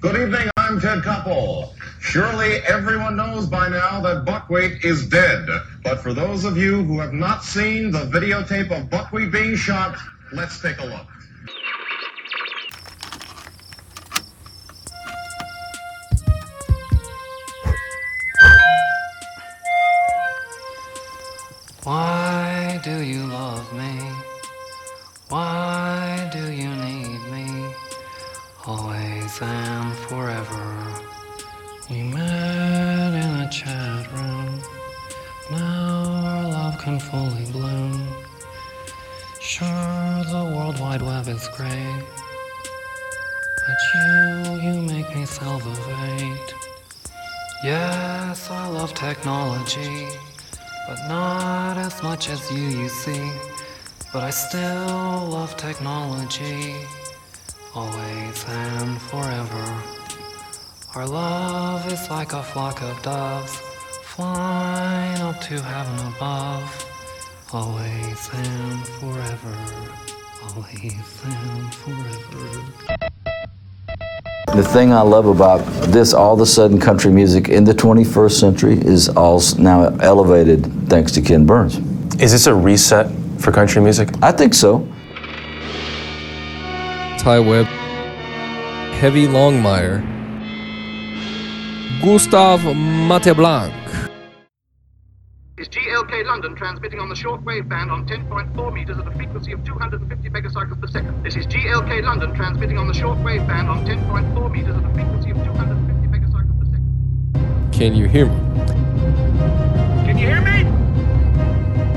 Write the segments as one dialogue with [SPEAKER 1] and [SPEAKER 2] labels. [SPEAKER 1] Good evening, I'm Ted Koppel. Surely everyone knows by now that buckwheat is dead. But for those of you who have not seen the videotape of buckwheat being shot, let's take a look. Why do you love me? Why do you need me? Always and forever. We met in a chat room. Now our love can fully bloom. Sure, the World Wide Web is great, but you, you make me salivate. Yes, I love technology, but not as much as you, you see. But I still love technology, always and forever. Our love is like a flock of doves flying up to heaven above, always and forever, always and forever.
[SPEAKER 2] The thing I love about this, all of a sudden, country music in the 21st century is all s- now elevated thanks to Ken Burns.
[SPEAKER 3] Is this a reset for country music?
[SPEAKER 2] I think so.
[SPEAKER 4] Ty Webb, Heavy Longmire, Gustav Mateblanc.
[SPEAKER 5] is GLK London transmitting on the shortwave band on 10.4 meters at a frequency of 250 megacycles per second. This is GLK London transmitting on the shortwave band on 10.4 meters at a frequency of 250 megacycles per second.
[SPEAKER 4] Can you hear me?
[SPEAKER 5] Can you hear me?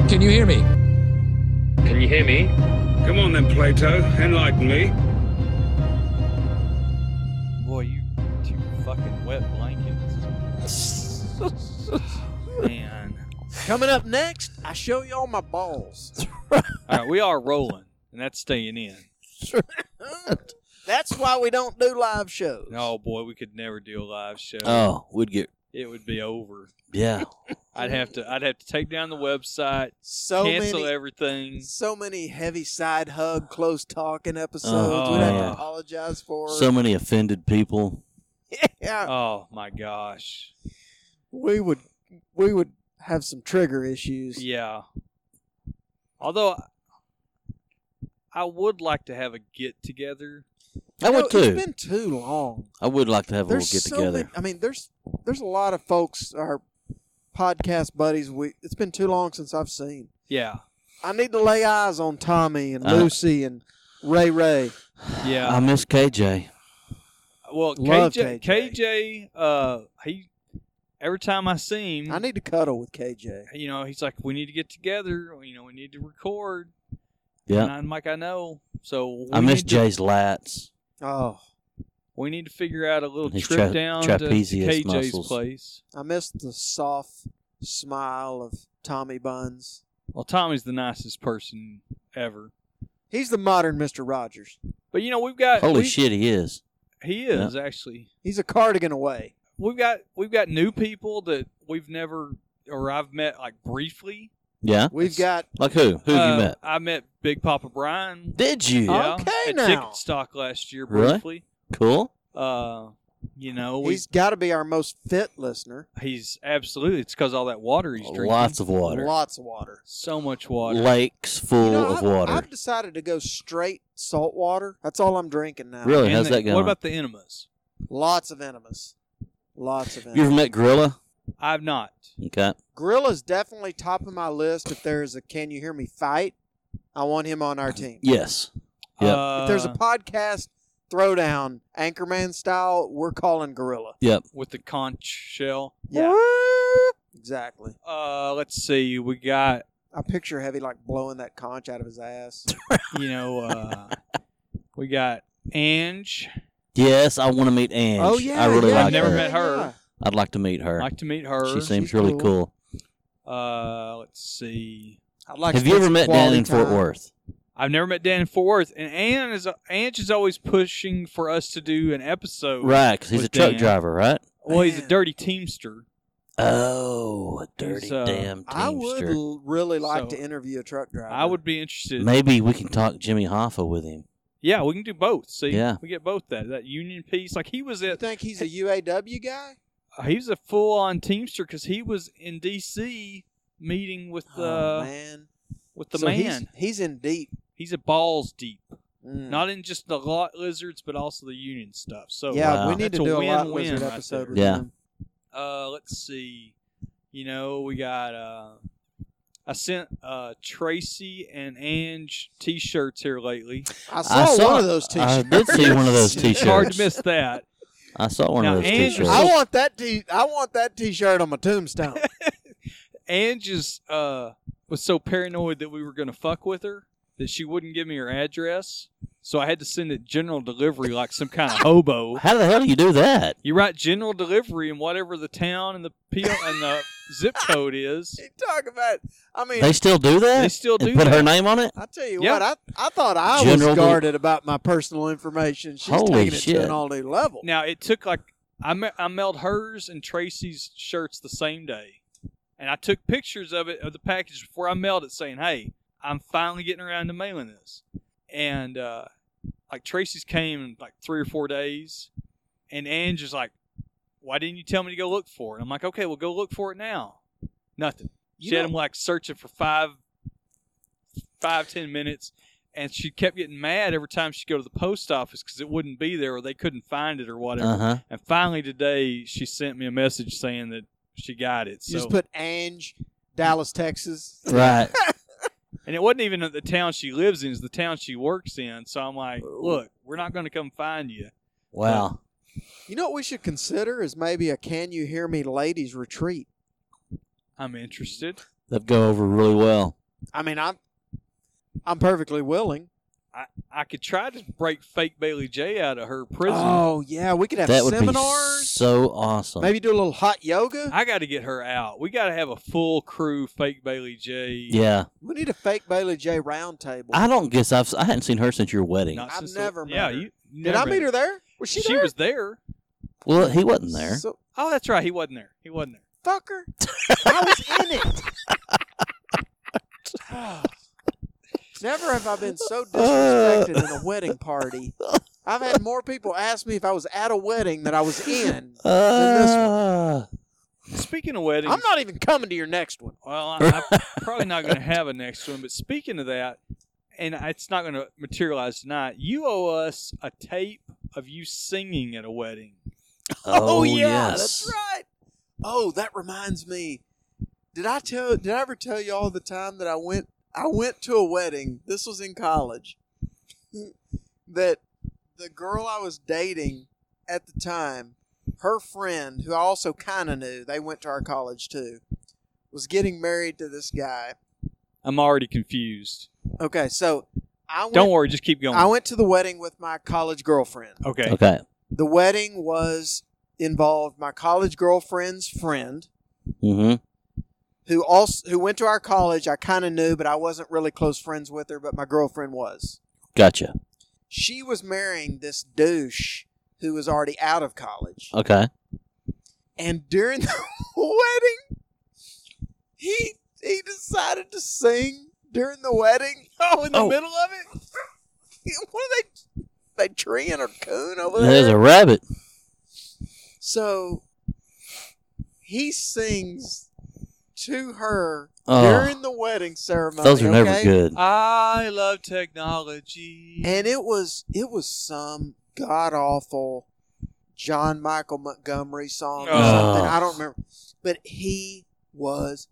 [SPEAKER 4] Can you hear me?
[SPEAKER 6] Can you hear me?
[SPEAKER 7] Come on then, Plato, enlighten me.
[SPEAKER 8] Boy, you two fucking wet blankets. Man.
[SPEAKER 9] Coming up next, I show y'all my balls.
[SPEAKER 8] All right, we are rolling, and that's staying in.
[SPEAKER 9] That's why we don't do live shows.
[SPEAKER 8] Oh boy, we could never do a live show.
[SPEAKER 9] Oh, we'd get
[SPEAKER 8] It would be over.
[SPEAKER 9] yeah.
[SPEAKER 8] I'd have to. I'd have to take down the website,
[SPEAKER 9] So
[SPEAKER 8] cancel
[SPEAKER 9] many,
[SPEAKER 8] everything.
[SPEAKER 9] so many heavy side hug, close talking episodes.
[SPEAKER 8] Oh,
[SPEAKER 9] We'd have to
[SPEAKER 8] yeah.
[SPEAKER 9] apologize for.
[SPEAKER 10] So many offended people.
[SPEAKER 9] yeah,
[SPEAKER 8] Oh my gosh.
[SPEAKER 9] we would, we would have some trigger issues.
[SPEAKER 8] Yeah. Although I- I would like to have a get together.
[SPEAKER 10] I
[SPEAKER 9] You know,
[SPEAKER 10] would too.
[SPEAKER 9] It's been too long.
[SPEAKER 10] I would like to have a little
[SPEAKER 9] There's
[SPEAKER 10] get
[SPEAKER 9] so
[SPEAKER 10] together.
[SPEAKER 9] many- I mean, there's there's a lot of folks, our podcast buddies. We it's been too long since I've seen.
[SPEAKER 8] Yeah.
[SPEAKER 9] I need to lay eyes on Tommy and
[SPEAKER 10] Uh,
[SPEAKER 9] Lucy and Ray Ray.
[SPEAKER 8] Yeah.
[SPEAKER 10] I miss KJ.
[SPEAKER 8] well,
[SPEAKER 9] love
[SPEAKER 8] KJ, KJ, uh, he every time I see him,
[SPEAKER 9] I need to cuddle with KJ.
[SPEAKER 8] you know, he's like, we need to get together. You know, we need to record.
[SPEAKER 10] Yeah.
[SPEAKER 8] And I'm like, I know. So we
[SPEAKER 10] I miss
[SPEAKER 8] need to-
[SPEAKER 10] Jay's lats.
[SPEAKER 9] Oh,
[SPEAKER 8] We need to figure out a little
[SPEAKER 10] His
[SPEAKER 8] trip
[SPEAKER 10] tra-
[SPEAKER 8] down to
[SPEAKER 10] trapezius
[SPEAKER 8] KJ's
[SPEAKER 10] muscles.
[SPEAKER 8] place.
[SPEAKER 9] I miss the soft smile of Tommy Buns.
[SPEAKER 8] Well, Tommy's the nicest person ever.
[SPEAKER 9] He's the modern Mister Rogers.
[SPEAKER 8] But you know, we've got
[SPEAKER 10] Holy
[SPEAKER 8] we-
[SPEAKER 10] shit, he is.
[SPEAKER 8] He is actually.
[SPEAKER 9] He's a cardigan away.
[SPEAKER 8] We've got we've got new people that we've never or I've met like briefly.
[SPEAKER 10] Yeah.
[SPEAKER 9] We've got
[SPEAKER 10] Like who? Who have
[SPEAKER 8] Uh,
[SPEAKER 10] you met?
[SPEAKER 8] I met Big Papa Brian.
[SPEAKER 10] Did you?
[SPEAKER 8] yeah,
[SPEAKER 9] Okay
[SPEAKER 8] at
[SPEAKER 9] now.
[SPEAKER 8] Ticket Stock last year
[SPEAKER 10] Really?
[SPEAKER 8] briefly.
[SPEAKER 10] Cool.
[SPEAKER 8] Uh, you know, we,
[SPEAKER 9] he's
[SPEAKER 8] he's
[SPEAKER 9] got to be our most fit listener.
[SPEAKER 8] absolutely. It's because all that water he's drinking.
[SPEAKER 10] Lots of water.
[SPEAKER 9] Lots of water.
[SPEAKER 8] so much water.
[SPEAKER 10] Lakes full
[SPEAKER 9] You know,
[SPEAKER 10] of
[SPEAKER 9] I've-
[SPEAKER 10] water.
[SPEAKER 9] I've decided to go straight salt water. That's all I'm drinking now.
[SPEAKER 10] Really?
[SPEAKER 8] And
[SPEAKER 10] How's
[SPEAKER 8] the-
[SPEAKER 10] that going?
[SPEAKER 8] What about the enemas?
[SPEAKER 9] Lots of enemas. Lots of
[SPEAKER 10] you ever
[SPEAKER 9] enemas.
[SPEAKER 10] met Gorilla?
[SPEAKER 8] I've not.
[SPEAKER 10] Okay.
[SPEAKER 9] Gorilla's definitely top of my list. If there's a Can You Hear Me Fight, I want him on our team.
[SPEAKER 10] Yes. Yeah.
[SPEAKER 8] Uh,
[SPEAKER 9] If there's a podcast throwdown, Anchorman style, we're calling Gorilla.
[SPEAKER 10] Yep.
[SPEAKER 8] with the conch shell.
[SPEAKER 9] Yeah. Exactly.
[SPEAKER 8] Uh, let's see. We got
[SPEAKER 9] I picture Heavy like blowing that conch out of his ass.
[SPEAKER 8] you know. Uh, we got Ange.
[SPEAKER 10] Yes, I want to meet Ange.
[SPEAKER 9] Oh yeah,
[SPEAKER 10] I really
[SPEAKER 9] yeah,
[SPEAKER 10] like
[SPEAKER 8] I've never
[SPEAKER 10] her.
[SPEAKER 8] met her.
[SPEAKER 10] I'd like to meet her.
[SPEAKER 8] Like to meet her.
[SPEAKER 10] She seems
[SPEAKER 9] She's
[SPEAKER 10] really
[SPEAKER 9] cool.
[SPEAKER 10] cool.
[SPEAKER 8] Uh, let's see.
[SPEAKER 9] I'd like
[SPEAKER 10] Have
[SPEAKER 9] to
[SPEAKER 10] you
[SPEAKER 9] spend
[SPEAKER 10] ever
[SPEAKER 9] some
[SPEAKER 10] met Dan
[SPEAKER 9] quality
[SPEAKER 10] in Fort
[SPEAKER 9] time.
[SPEAKER 10] Worth?
[SPEAKER 8] I've never met Dan in Fort Worth, and Ange is Ange is always pushing for us to do an episode.
[SPEAKER 10] Right, 'cause he's
[SPEAKER 8] With
[SPEAKER 10] a truck
[SPEAKER 8] Dan.
[SPEAKER 10] driver, right?
[SPEAKER 8] Well, he's a
[SPEAKER 9] Man.
[SPEAKER 8] dirty teamster.
[SPEAKER 10] Oh, a dirty
[SPEAKER 8] He's, uh,
[SPEAKER 10] damn teamster.
[SPEAKER 9] I would l- really like
[SPEAKER 8] So-
[SPEAKER 9] to interview a truck driver.
[SPEAKER 8] I would be interested.
[SPEAKER 10] Maybe we can talk Jimmy Hoffa with him.
[SPEAKER 8] Yeah, we can do both. See,
[SPEAKER 10] Yeah.
[SPEAKER 8] we get both that that union piece. Like he was
[SPEAKER 9] You
[SPEAKER 8] at,
[SPEAKER 9] think he's a UAW guy?
[SPEAKER 8] he was a full on teamster because he was in D.C. meeting with the
[SPEAKER 9] oh man,
[SPEAKER 8] with the
[SPEAKER 9] So
[SPEAKER 8] man.
[SPEAKER 9] he's-
[SPEAKER 8] He's,
[SPEAKER 9] He's, in deep.
[SPEAKER 8] a balls deep,
[SPEAKER 9] Mm.
[SPEAKER 8] not in just the lot lizards, but also the union stuff. So
[SPEAKER 9] yeah,
[SPEAKER 10] Wow.
[SPEAKER 9] we need to
[SPEAKER 8] Oh, That's
[SPEAKER 9] do
[SPEAKER 8] a
[SPEAKER 9] a lot
[SPEAKER 8] win-win
[SPEAKER 9] wizard
[SPEAKER 8] right
[SPEAKER 9] episode.
[SPEAKER 8] there.
[SPEAKER 9] With
[SPEAKER 10] Yeah.
[SPEAKER 9] him.
[SPEAKER 8] uh, let's see. You know, we got. Uh, I sent uh, Tracy and Ange T-shirts here lately.
[SPEAKER 9] I saw, one of those T-shirts.
[SPEAKER 10] I did see one of those
[SPEAKER 8] It's hard
[SPEAKER 10] T-shirts.
[SPEAKER 8] to miss that.
[SPEAKER 10] I saw one
[SPEAKER 8] Now,
[SPEAKER 10] of those
[SPEAKER 8] Andrew-
[SPEAKER 10] T-shirts.
[SPEAKER 9] I want that t. I want that T-shirt on my tombstone.
[SPEAKER 8] Ange is, uh, was so paranoid that we were going to fuck with her that she wouldn't give me her address. So I had to send it general delivery like some kind of hobo.
[SPEAKER 10] How the hell do you do that?
[SPEAKER 8] You write general delivery in whatever the town and the P- and the zip code is.
[SPEAKER 9] you talk about. I mean,
[SPEAKER 10] They still do that?
[SPEAKER 8] They still
[SPEAKER 10] And
[SPEAKER 8] do
[SPEAKER 10] Put her
[SPEAKER 8] that.
[SPEAKER 10] name on it?
[SPEAKER 9] I tell you
[SPEAKER 8] Yeah.
[SPEAKER 9] what, I, I thought I
[SPEAKER 10] General
[SPEAKER 9] was
[SPEAKER 10] Lee-
[SPEAKER 9] guarded about my personal information. She's
[SPEAKER 10] Holy
[SPEAKER 9] taking it
[SPEAKER 10] shit.
[SPEAKER 9] to an all new level.
[SPEAKER 8] Now it took like I ma- I mailed hers and Tracy's shirts the same day, and I took pictures of it of the package before I mailed it, saying, "Hey, I'm finally getting around to mailing this." And uh, like Tracy's came in like three or four days, and Ange is like, "Why didn't you tell me to go look for it?" I'm like, "Okay, well go look for it now." Nothing.
[SPEAKER 9] You
[SPEAKER 8] she had
[SPEAKER 9] know-
[SPEAKER 8] him like searching for five, five ten minutes, and she kept getting mad every time she'd go to the post office because it wouldn't be there or they couldn't find it or whatever.
[SPEAKER 10] Uh huh.
[SPEAKER 8] And finally today, she sent me a message saying that she got it. So,
[SPEAKER 9] you just put Ange, Dallas, Texas.
[SPEAKER 10] Right.
[SPEAKER 8] and it wasn't even at the town she lives in; it's the town she works in. So I'm like,
[SPEAKER 9] Uh,
[SPEAKER 8] look, we're not going to come find you.
[SPEAKER 10] Wow.
[SPEAKER 9] You know what we should consider is maybe a "Can You Hear Me" ladies retreat.
[SPEAKER 8] I'm interested.
[SPEAKER 10] That'd go over really well.
[SPEAKER 9] I mean, I'm I'm perfectly willing.
[SPEAKER 8] I could try to break fake Bailey J out of her prison.
[SPEAKER 9] Oh yeah, we could have
[SPEAKER 10] That would be
[SPEAKER 9] seminars.
[SPEAKER 10] so awesome.
[SPEAKER 9] Maybe do a little hot yoga.
[SPEAKER 8] I got to get her out. We got to have a full crew fake Bailey J.
[SPEAKER 10] Yeah.
[SPEAKER 9] we need a fake Bailey J roundtable.
[SPEAKER 10] I don't guess I've. I hadn't seen her since your wedding.
[SPEAKER 8] Not
[SPEAKER 9] I've
[SPEAKER 8] since
[SPEAKER 9] never
[SPEAKER 8] the,
[SPEAKER 9] met
[SPEAKER 8] yeah,
[SPEAKER 9] her.
[SPEAKER 8] You,
[SPEAKER 9] Did I meet her there? Was she,
[SPEAKER 8] She,
[SPEAKER 9] there?
[SPEAKER 8] was there.
[SPEAKER 10] Well, he wasn't there.
[SPEAKER 9] So,
[SPEAKER 8] Oh, that's right. He wasn't there. He wasn't there.
[SPEAKER 9] fucker. I was in it. Never have I been so disrespected in a wedding party. I've had more people ask me if I was at a wedding that I was in.
[SPEAKER 10] Uh,
[SPEAKER 8] Speaking of weddings,
[SPEAKER 9] I'm not even coming to your next one.
[SPEAKER 8] Well, I, I'm probably not going to have a next one. But speaking of that, and it's not going to materialize tonight. You owe us a tape of you singing at a wedding.
[SPEAKER 10] oh, yes.
[SPEAKER 9] that's right. Oh, that reminds me. Did I tell? Did I ever tell you all the time that I went? I went to a wedding. This was in college. that the girl I was dating at the time, her friend, who I also kind of knew, they went to our college too, was getting married to this guy.
[SPEAKER 8] I'm already confused.
[SPEAKER 9] Okay, so I went,
[SPEAKER 8] Don't worry, just keep going.
[SPEAKER 9] I went to the wedding with my college girlfriend.
[SPEAKER 8] okay.
[SPEAKER 10] Okay.
[SPEAKER 9] The wedding was involved my college girlfriend's friend.
[SPEAKER 10] Mm-hmm.
[SPEAKER 9] who also who went to our college. I kind of knew, but I wasn't really close friends with her. But my girlfriend was.
[SPEAKER 10] Gotcha.
[SPEAKER 9] She was marrying this douche who was already out of college.
[SPEAKER 10] Okay.
[SPEAKER 9] And during the wedding, he he decided to sing during the wedding.
[SPEAKER 8] Oh, in the
[SPEAKER 10] Oh.
[SPEAKER 8] middle of it.
[SPEAKER 9] What are they? They treeing a coon over
[SPEAKER 10] There's
[SPEAKER 9] there.
[SPEAKER 10] a rabbit.
[SPEAKER 9] so he sings to her
[SPEAKER 10] Oh.
[SPEAKER 9] during the wedding ceremony.
[SPEAKER 10] Those are never
[SPEAKER 9] okay?
[SPEAKER 10] good.
[SPEAKER 8] I love technology.
[SPEAKER 9] and it was it was some god awful John Michael Montgomery song or
[SPEAKER 8] Oh.
[SPEAKER 9] something. I don't remember, but he was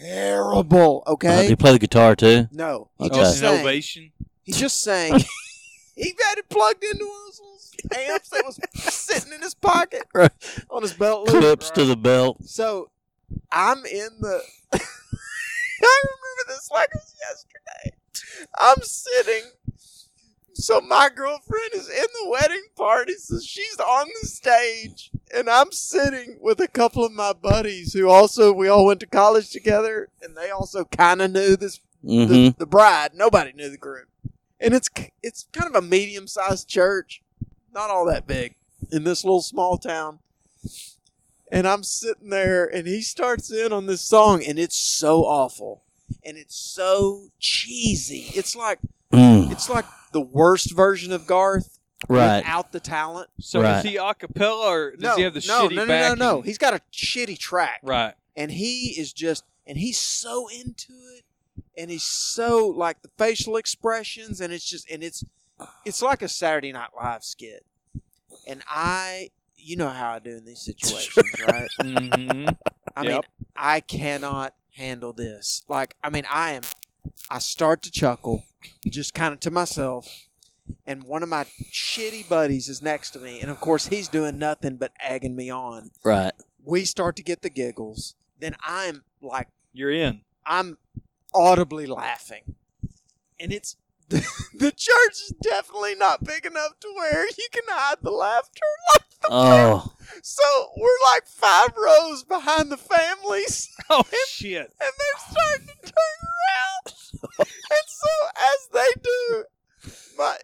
[SPEAKER 9] terrible.
[SPEAKER 10] Uh, did
[SPEAKER 9] Okay,
[SPEAKER 10] he play the guitar too?
[SPEAKER 9] no, he
[SPEAKER 10] Oh, Okay.
[SPEAKER 9] just
[SPEAKER 8] just an
[SPEAKER 9] sang.
[SPEAKER 8] ovation.
[SPEAKER 9] He just sang. he had it plugged into one of those little amps that was sitting in his pocket
[SPEAKER 10] Right.
[SPEAKER 9] on his belt loop.
[SPEAKER 10] Clips to the belt.
[SPEAKER 9] So I'm in the. I remember this like it was yesterday. I'm sitting. So my girlfriend is in the wedding party, so she's on the stage, and I'm sitting with a couple of my buddies who also we all went to college together, and they also kind of knew this
[SPEAKER 10] Mm-hmm.
[SPEAKER 9] the, the bride. Nobody knew the groom, and it's k- it's kind of a medium sized church, not all that big, in this little small town. And I'm sitting there, and he starts in on this song, and it's so awful, and it's so cheesy. It's like
[SPEAKER 10] Mm.
[SPEAKER 9] It's like the worst version of Garth
[SPEAKER 10] Right.
[SPEAKER 9] without the talent.
[SPEAKER 8] So
[SPEAKER 10] Right.
[SPEAKER 8] is he acapella or does
[SPEAKER 9] no,
[SPEAKER 8] he have the
[SPEAKER 9] no,
[SPEAKER 8] shitty
[SPEAKER 9] no, no,
[SPEAKER 8] backing?
[SPEAKER 9] no, no. He's got a shitty track,
[SPEAKER 8] Right.
[SPEAKER 9] and he is just, and he's so into it, and he's so like the facial expressions, and it's just, and it's, it's like a Saturday Night Live skit, and I, you know how I do in these situations, right?
[SPEAKER 8] hmm
[SPEAKER 9] I mean,
[SPEAKER 8] Yep.
[SPEAKER 9] I cannot handle this. Like, I mean, I am. I start to chuckle, just kind of to myself, and one of my shitty buddies is next to me, and of course he's doing nothing but egging me on.
[SPEAKER 10] Right.
[SPEAKER 9] We start to get the giggles. Then I'm like,
[SPEAKER 8] You're in.
[SPEAKER 9] I'm audibly laughing, and it's the, church is definitely not big enough to where you can hide the laughter.
[SPEAKER 10] Oh.
[SPEAKER 9] So we're like five rows behind the families.
[SPEAKER 8] Oh shit.
[SPEAKER 9] and they're starting to turn around. and so as they do, my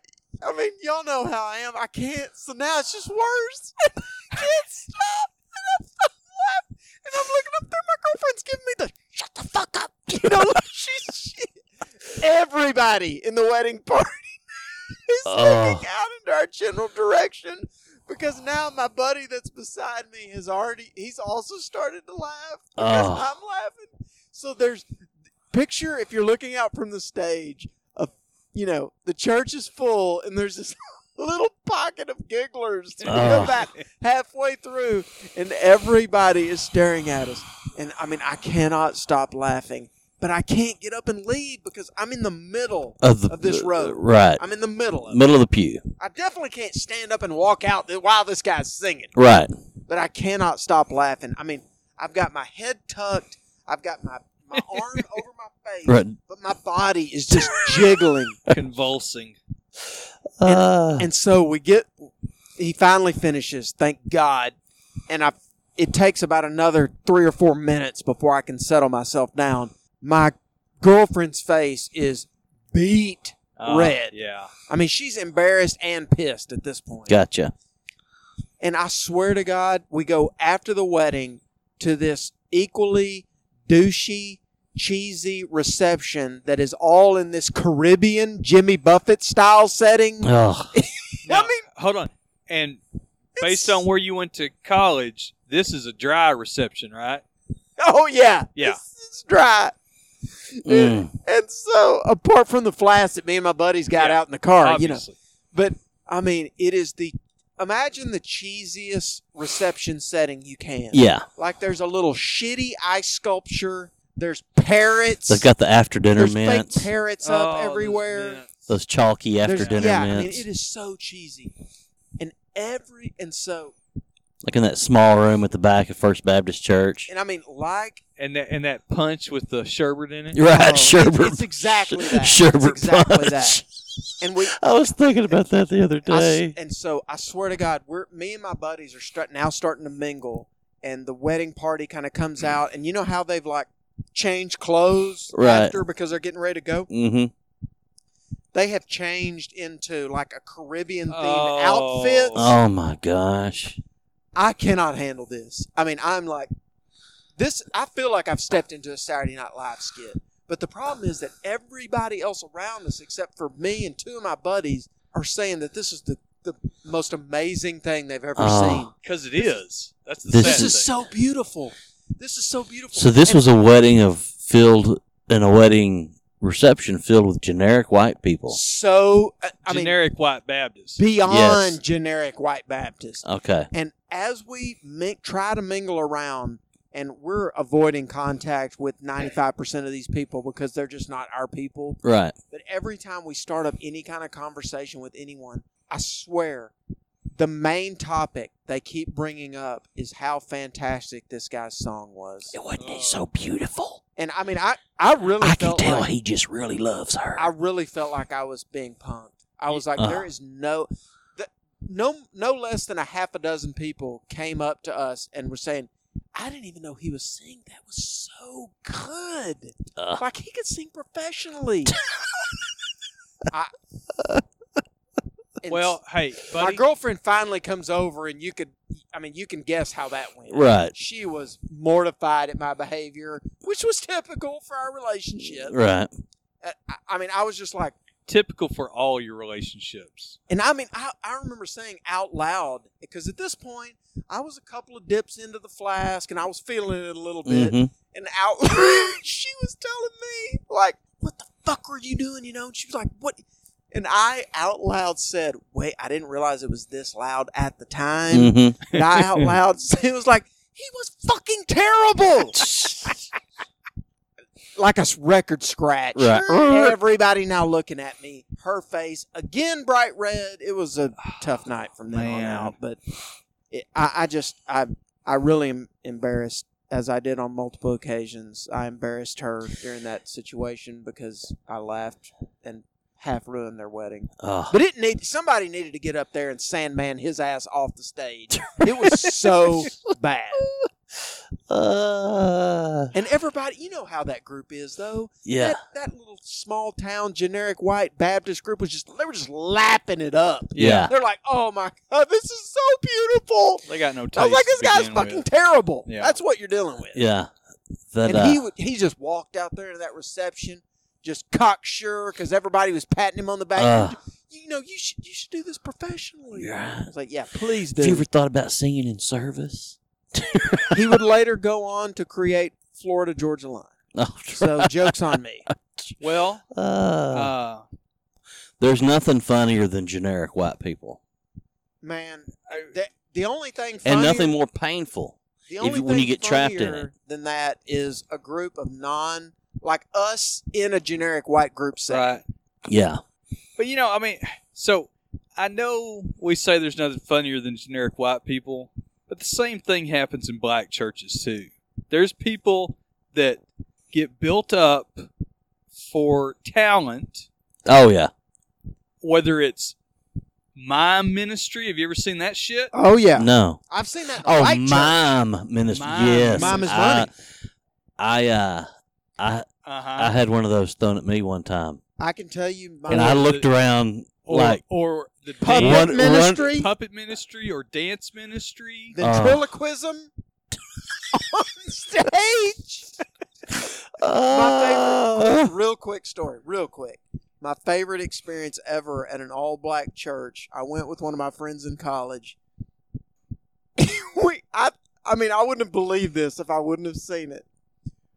[SPEAKER 9] I mean, y'all know how I am. I can't. So now it's just worse. I can't stop. And I'm so left. And I'm looking up there. My girlfriend's giving me the shut the fuck up. You know, like she's she, everybody in the wedding party is looking out into our general direction because now my buddy that's beside me has already. He's also started to laugh because
[SPEAKER 10] Oh.
[SPEAKER 9] I'm laughing. So there's picture if you're looking out from the stage of you know the church is full and there's this little pocket of gigglers to
[SPEAKER 10] Oh.
[SPEAKER 9] come back halfway through and everybody is staring at us and i mean i cannot stop laughing but i can't get up and leave because i'm in the middle
[SPEAKER 10] Of, the,
[SPEAKER 9] Of this road.
[SPEAKER 10] Right.
[SPEAKER 9] i'm in the middle of it.
[SPEAKER 10] Middle of the pew.
[SPEAKER 9] i definitely can't stand up and walk out th- while this guy's singing
[SPEAKER 10] Right.
[SPEAKER 9] but I cannot stop laughing. I mean, I've got my head tucked, I've got my, my arm over my face,
[SPEAKER 10] Right.
[SPEAKER 9] but my body is just jiggling.
[SPEAKER 8] Convulsing.
[SPEAKER 10] Uh,
[SPEAKER 9] And so we get, he finally finishes, thank God. And I, it takes about another three or four minutes before I can settle myself down. My girlfriend's face is beat
[SPEAKER 8] Ah, Uh,
[SPEAKER 9] red.
[SPEAKER 8] Yeah.
[SPEAKER 9] I mean, she's embarrassed and pissed at this point.
[SPEAKER 10] gotcha.
[SPEAKER 9] And I swear to God, we go after the wedding to this equally douchey, cheesy reception that is all in this Caribbean Jimmy Buffett style setting.
[SPEAKER 10] Oh.
[SPEAKER 8] Now,
[SPEAKER 9] I mean,
[SPEAKER 8] hold on. And based
[SPEAKER 9] It's-
[SPEAKER 8] on where you went to college, this is a dry reception, right?
[SPEAKER 9] oh yeah,
[SPEAKER 8] Yeah.
[SPEAKER 9] it's, it's dry.
[SPEAKER 10] Mm.
[SPEAKER 9] And so, apart from the flask that me and my buddies got
[SPEAKER 8] Yeah,
[SPEAKER 9] out in the car, you know,
[SPEAKER 8] Obviously.
[SPEAKER 9] but I mean, it is the imagine the cheesiest reception setting you can.
[SPEAKER 10] Yeah.
[SPEAKER 9] like there's a little shitty ice sculpture. There's parrots.
[SPEAKER 10] They've got the after dinner
[SPEAKER 9] There's
[SPEAKER 10] mints.
[SPEAKER 9] fake parrots
[SPEAKER 8] Oh,
[SPEAKER 9] up
[SPEAKER 8] those
[SPEAKER 9] everywhere.
[SPEAKER 8] mints.
[SPEAKER 10] Those chalky after
[SPEAKER 9] There's-
[SPEAKER 10] dinner
[SPEAKER 9] yeah, I mean,
[SPEAKER 10] mints.
[SPEAKER 9] it is so cheesy, and every and so
[SPEAKER 10] like in that small room at the back of First Baptist Church.
[SPEAKER 9] and I mean, like
[SPEAKER 8] And that and that punch with the sherbet in it.
[SPEAKER 10] You're right,
[SPEAKER 9] oh,
[SPEAKER 10] Sherbert.
[SPEAKER 9] It's exactly that. It's
[SPEAKER 10] Sherbert
[SPEAKER 9] exactly
[SPEAKER 10] punch.
[SPEAKER 9] that. And we,
[SPEAKER 10] I was thinking about that the other
[SPEAKER 9] I s-
[SPEAKER 10] day.
[SPEAKER 9] and so I swear to God, we're me and my buddies are start, now starting to mingle, and the wedding party kind of comes out, and you know how they've like changed clothes
[SPEAKER 10] Right.
[SPEAKER 9] after because they're getting ready to go.
[SPEAKER 10] mm-hmm.
[SPEAKER 9] They have changed into like a Caribbean themed
[SPEAKER 8] Oh.
[SPEAKER 9] outfit.
[SPEAKER 10] Oh my gosh.
[SPEAKER 9] I cannot handle this. I mean, I'm like, this, I feel like I've stepped into a Saturday Night Live skit. But the problem is that everybody else around us, except for me and two of my buddies, are saying that this is the, the most amazing thing they've ever
[SPEAKER 10] Oh.
[SPEAKER 9] seen.
[SPEAKER 8] Because it is. That's the
[SPEAKER 10] This
[SPEAKER 8] sad
[SPEAKER 9] This is
[SPEAKER 8] thing.
[SPEAKER 9] so beautiful. This is so beautiful.
[SPEAKER 10] So this
[SPEAKER 9] And-
[SPEAKER 10] was a wedding of filled and a wedding reception filled with generic white people.
[SPEAKER 9] so, I, I mean,
[SPEAKER 8] generic white Baptist.
[SPEAKER 9] beyond
[SPEAKER 10] Yes.
[SPEAKER 9] generic white Baptist.
[SPEAKER 10] Okay.
[SPEAKER 9] And as we mi- try to mingle around, and we're avoiding contact with 95% of these people because they're just not our people.
[SPEAKER 10] Right.
[SPEAKER 9] But every time we start up any kind of conversation with anyone, I swear the main topic they keep bringing up is how fantastic this guy's song was.
[SPEAKER 10] wasn't he so beautiful?
[SPEAKER 9] And I mean, I, I really felt like,
[SPEAKER 10] he just really loves her.
[SPEAKER 9] I really felt like I was being punked. I was like,
[SPEAKER 10] Uh.
[SPEAKER 9] there is no, th- no, no less than a half a dozen people came up to us and were saying, "I didn't even know he was singing. That was so good.
[SPEAKER 10] Uh.
[SPEAKER 9] Like he could sing professionally." I, And
[SPEAKER 8] Well, hey,
[SPEAKER 9] my
[SPEAKER 8] buddy,
[SPEAKER 9] girlfriend finally comes over, and you could, I mean, you can guess how that went.
[SPEAKER 10] Right.
[SPEAKER 9] She was mortified at my behavior, which was typical for our relationship.
[SPEAKER 10] Right.
[SPEAKER 9] I, I mean, I was just like,
[SPEAKER 8] typical for all your relationships.
[SPEAKER 9] And I mean, I, I remember saying out loud because at this point I was a couple of dips into the flask and I was feeling it a little bit.
[SPEAKER 10] Mhm.
[SPEAKER 9] And out, she was telling me like, "What the fuck were you doing?" You know? And she was like, "What?" And I out loud said, "Wait, I didn't realize it was this loud at the time."
[SPEAKER 10] Mhm.
[SPEAKER 9] And I out loud said- it was like, "He was fucking terrible." like a s- record scratch.
[SPEAKER 10] Right.
[SPEAKER 9] Everybody now looking at me. Her face again bright red. It was a tough night from then on
[SPEAKER 8] Man.
[SPEAKER 9] out. But it, I, I just I I really am embarrassed as I did on multiple occasions. I embarrassed her during that situation because I laughed and half ruined their wedding.
[SPEAKER 10] Ugh.
[SPEAKER 9] But it need somebody needed to get up there and sandman his ass off the stage. It was so bad.
[SPEAKER 10] Uh,
[SPEAKER 9] And everybody, you know how that group is, though.
[SPEAKER 10] yeah.
[SPEAKER 9] That, that little small town generic white Baptist group was just, they were just lapping it up.
[SPEAKER 10] Yeah.
[SPEAKER 9] They're like, oh my God, this is so beautiful.
[SPEAKER 8] They got no taste.
[SPEAKER 9] I was like, this
[SPEAKER 8] to
[SPEAKER 9] guy's
[SPEAKER 8] begin
[SPEAKER 9] fucking
[SPEAKER 8] with.
[SPEAKER 9] terrible.
[SPEAKER 8] Yeah.
[SPEAKER 9] That's what you're dealing with.
[SPEAKER 10] Yeah. That,
[SPEAKER 9] And
[SPEAKER 10] uh,
[SPEAKER 9] he, would, he just walked out there to that reception, just cocksure, because everybody was patting him on the back.
[SPEAKER 10] Ugh.
[SPEAKER 9] you know, you should, you should do this professionally.
[SPEAKER 10] Yeah.
[SPEAKER 9] I was like, yeah, please
[SPEAKER 10] have you
[SPEAKER 9] do.
[SPEAKER 10] ever thought about singing in service?
[SPEAKER 9] he would later go on to create Florida Georgia Line.
[SPEAKER 10] Oh,
[SPEAKER 9] So, joke's on me.
[SPEAKER 8] Well,
[SPEAKER 10] uh,
[SPEAKER 8] uh,
[SPEAKER 10] there's nothing funnier than generic white people,
[SPEAKER 9] Man, the, the only thing funnier,
[SPEAKER 10] and nothing more painful.
[SPEAKER 9] the
[SPEAKER 10] if
[SPEAKER 9] only
[SPEAKER 10] you- when you
[SPEAKER 9] thing
[SPEAKER 10] get trapped in
[SPEAKER 9] funnier than that is a group of non like us in a generic white group setting.
[SPEAKER 8] right.
[SPEAKER 10] Yeah.
[SPEAKER 8] But you know, I mean, so I know we say there's nothing funnier than generic white people, but the same thing happens in black churches too. There's people that get built up for talent,
[SPEAKER 10] Oh yeah.
[SPEAKER 8] whether it's mime ministry. Have you ever seen that shit?
[SPEAKER 9] Oh yeah,
[SPEAKER 10] No.
[SPEAKER 9] I've seen that. in the
[SPEAKER 10] Oh,
[SPEAKER 9] white church.
[SPEAKER 10] mime minister.
[SPEAKER 8] Mime.
[SPEAKER 10] Yes.
[SPEAKER 9] Mime is
[SPEAKER 10] I,
[SPEAKER 9] funny.
[SPEAKER 10] I uh, I
[SPEAKER 8] Uh
[SPEAKER 10] I
[SPEAKER 8] huh.
[SPEAKER 10] had one of those thrown at me one time,
[SPEAKER 9] I can tell you, my
[SPEAKER 10] and I looked around
[SPEAKER 8] Or,
[SPEAKER 10] like
[SPEAKER 8] or the
[SPEAKER 9] puppet
[SPEAKER 8] dance-
[SPEAKER 10] One-
[SPEAKER 9] ministry,
[SPEAKER 8] puppet ministry or dance ministry.
[SPEAKER 10] Uh.
[SPEAKER 9] ventriloquism on stage.
[SPEAKER 10] Oh.
[SPEAKER 9] My favorite, real quick story, real quick. My favorite experience ever at an all black church. I went with one of my friends in college. we, I, I mean, I wouldn't have believed this if I wouldn't have seen it.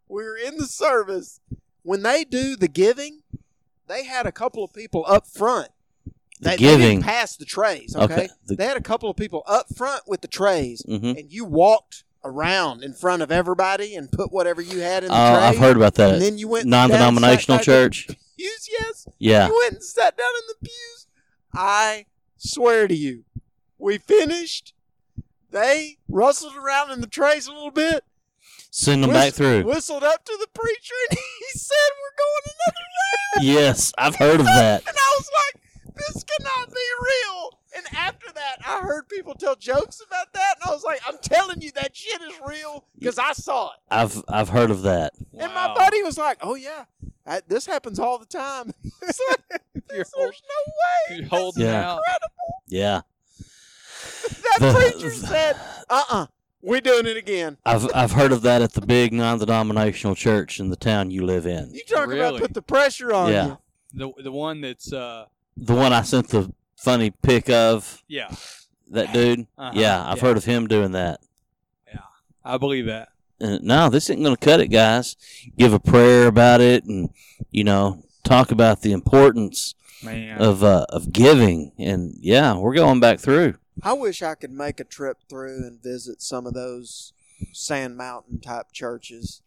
[SPEAKER 9] We were in the service when they do the giving. They had a couple of people up front. They,
[SPEAKER 10] The
[SPEAKER 9] they didn't
[SPEAKER 10] giving.
[SPEAKER 9] pass the trays. Okay,
[SPEAKER 10] Okay, the-
[SPEAKER 9] they had a couple of people up front with the trays,
[SPEAKER 10] Mhm.
[SPEAKER 9] and you walked around in front of everybody and put whatever you had in the
[SPEAKER 10] Oh,
[SPEAKER 9] tray.
[SPEAKER 10] I've heard about that.
[SPEAKER 9] And then you went and sat
[SPEAKER 10] non-denominational
[SPEAKER 9] back there.
[SPEAKER 10] church.
[SPEAKER 9] Pews, yes.
[SPEAKER 10] Yeah.
[SPEAKER 9] You went and sat down in the pews. I swear to you, we finished. They rustled around in the trays a little bit.
[SPEAKER 10] Send them
[SPEAKER 9] whist-
[SPEAKER 10] back through.
[SPEAKER 9] Whistled up to the preacher, and he said, "We're going another round."
[SPEAKER 10] Yes, I've heard of that.
[SPEAKER 9] And I was like, this cannot be real. And after that, I heard people tell jokes about that. And I was like, I'm telling you, that shit is real because I saw it.
[SPEAKER 10] I've I've heard of that.
[SPEAKER 9] And my buddy was like, oh, yeah, I, this happens all the time. It's like,
[SPEAKER 8] You're
[SPEAKER 9] there's no way.
[SPEAKER 8] You're holding
[SPEAKER 10] Yeah.
[SPEAKER 8] out.
[SPEAKER 9] Incredible.
[SPEAKER 10] Yeah.
[SPEAKER 9] That
[SPEAKER 10] The-
[SPEAKER 9] preacher said, uh uh-uh, uh, we are doing it again.
[SPEAKER 10] I've I've heard of that at the big non-denominational church in the town you live in.
[SPEAKER 9] You talking about
[SPEAKER 8] Really?
[SPEAKER 9] put the pressure on
[SPEAKER 10] Yeah.
[SPEAKER 9] you.
[SPEAKER 8] The the one that's uh
[SPEAKER 10] The one I sent the funny pic of
[SPEAKER 8] yeah,
[SPEAKER 10] that dude.
[SPEAKER 8] Uh-huh,
[SPEAKER 10] Yeah, I've
[SPEAKER 8] yeah.
[SPEAKER 10] heard of him doing that.
[SPEAKER 8] I believe that.
[SPEAKER 10] Uh, no, this isn't going to cut it, guys. Give a prayer about it, and you know, talk about the importance
[SPEAKER 8] Man.
[SPEAKER 10] of uh, of giving. And yeah, we're going back through.
[SPEAKER 9] I wish I could make a trip through and visit some of those Sand Mountain type churches.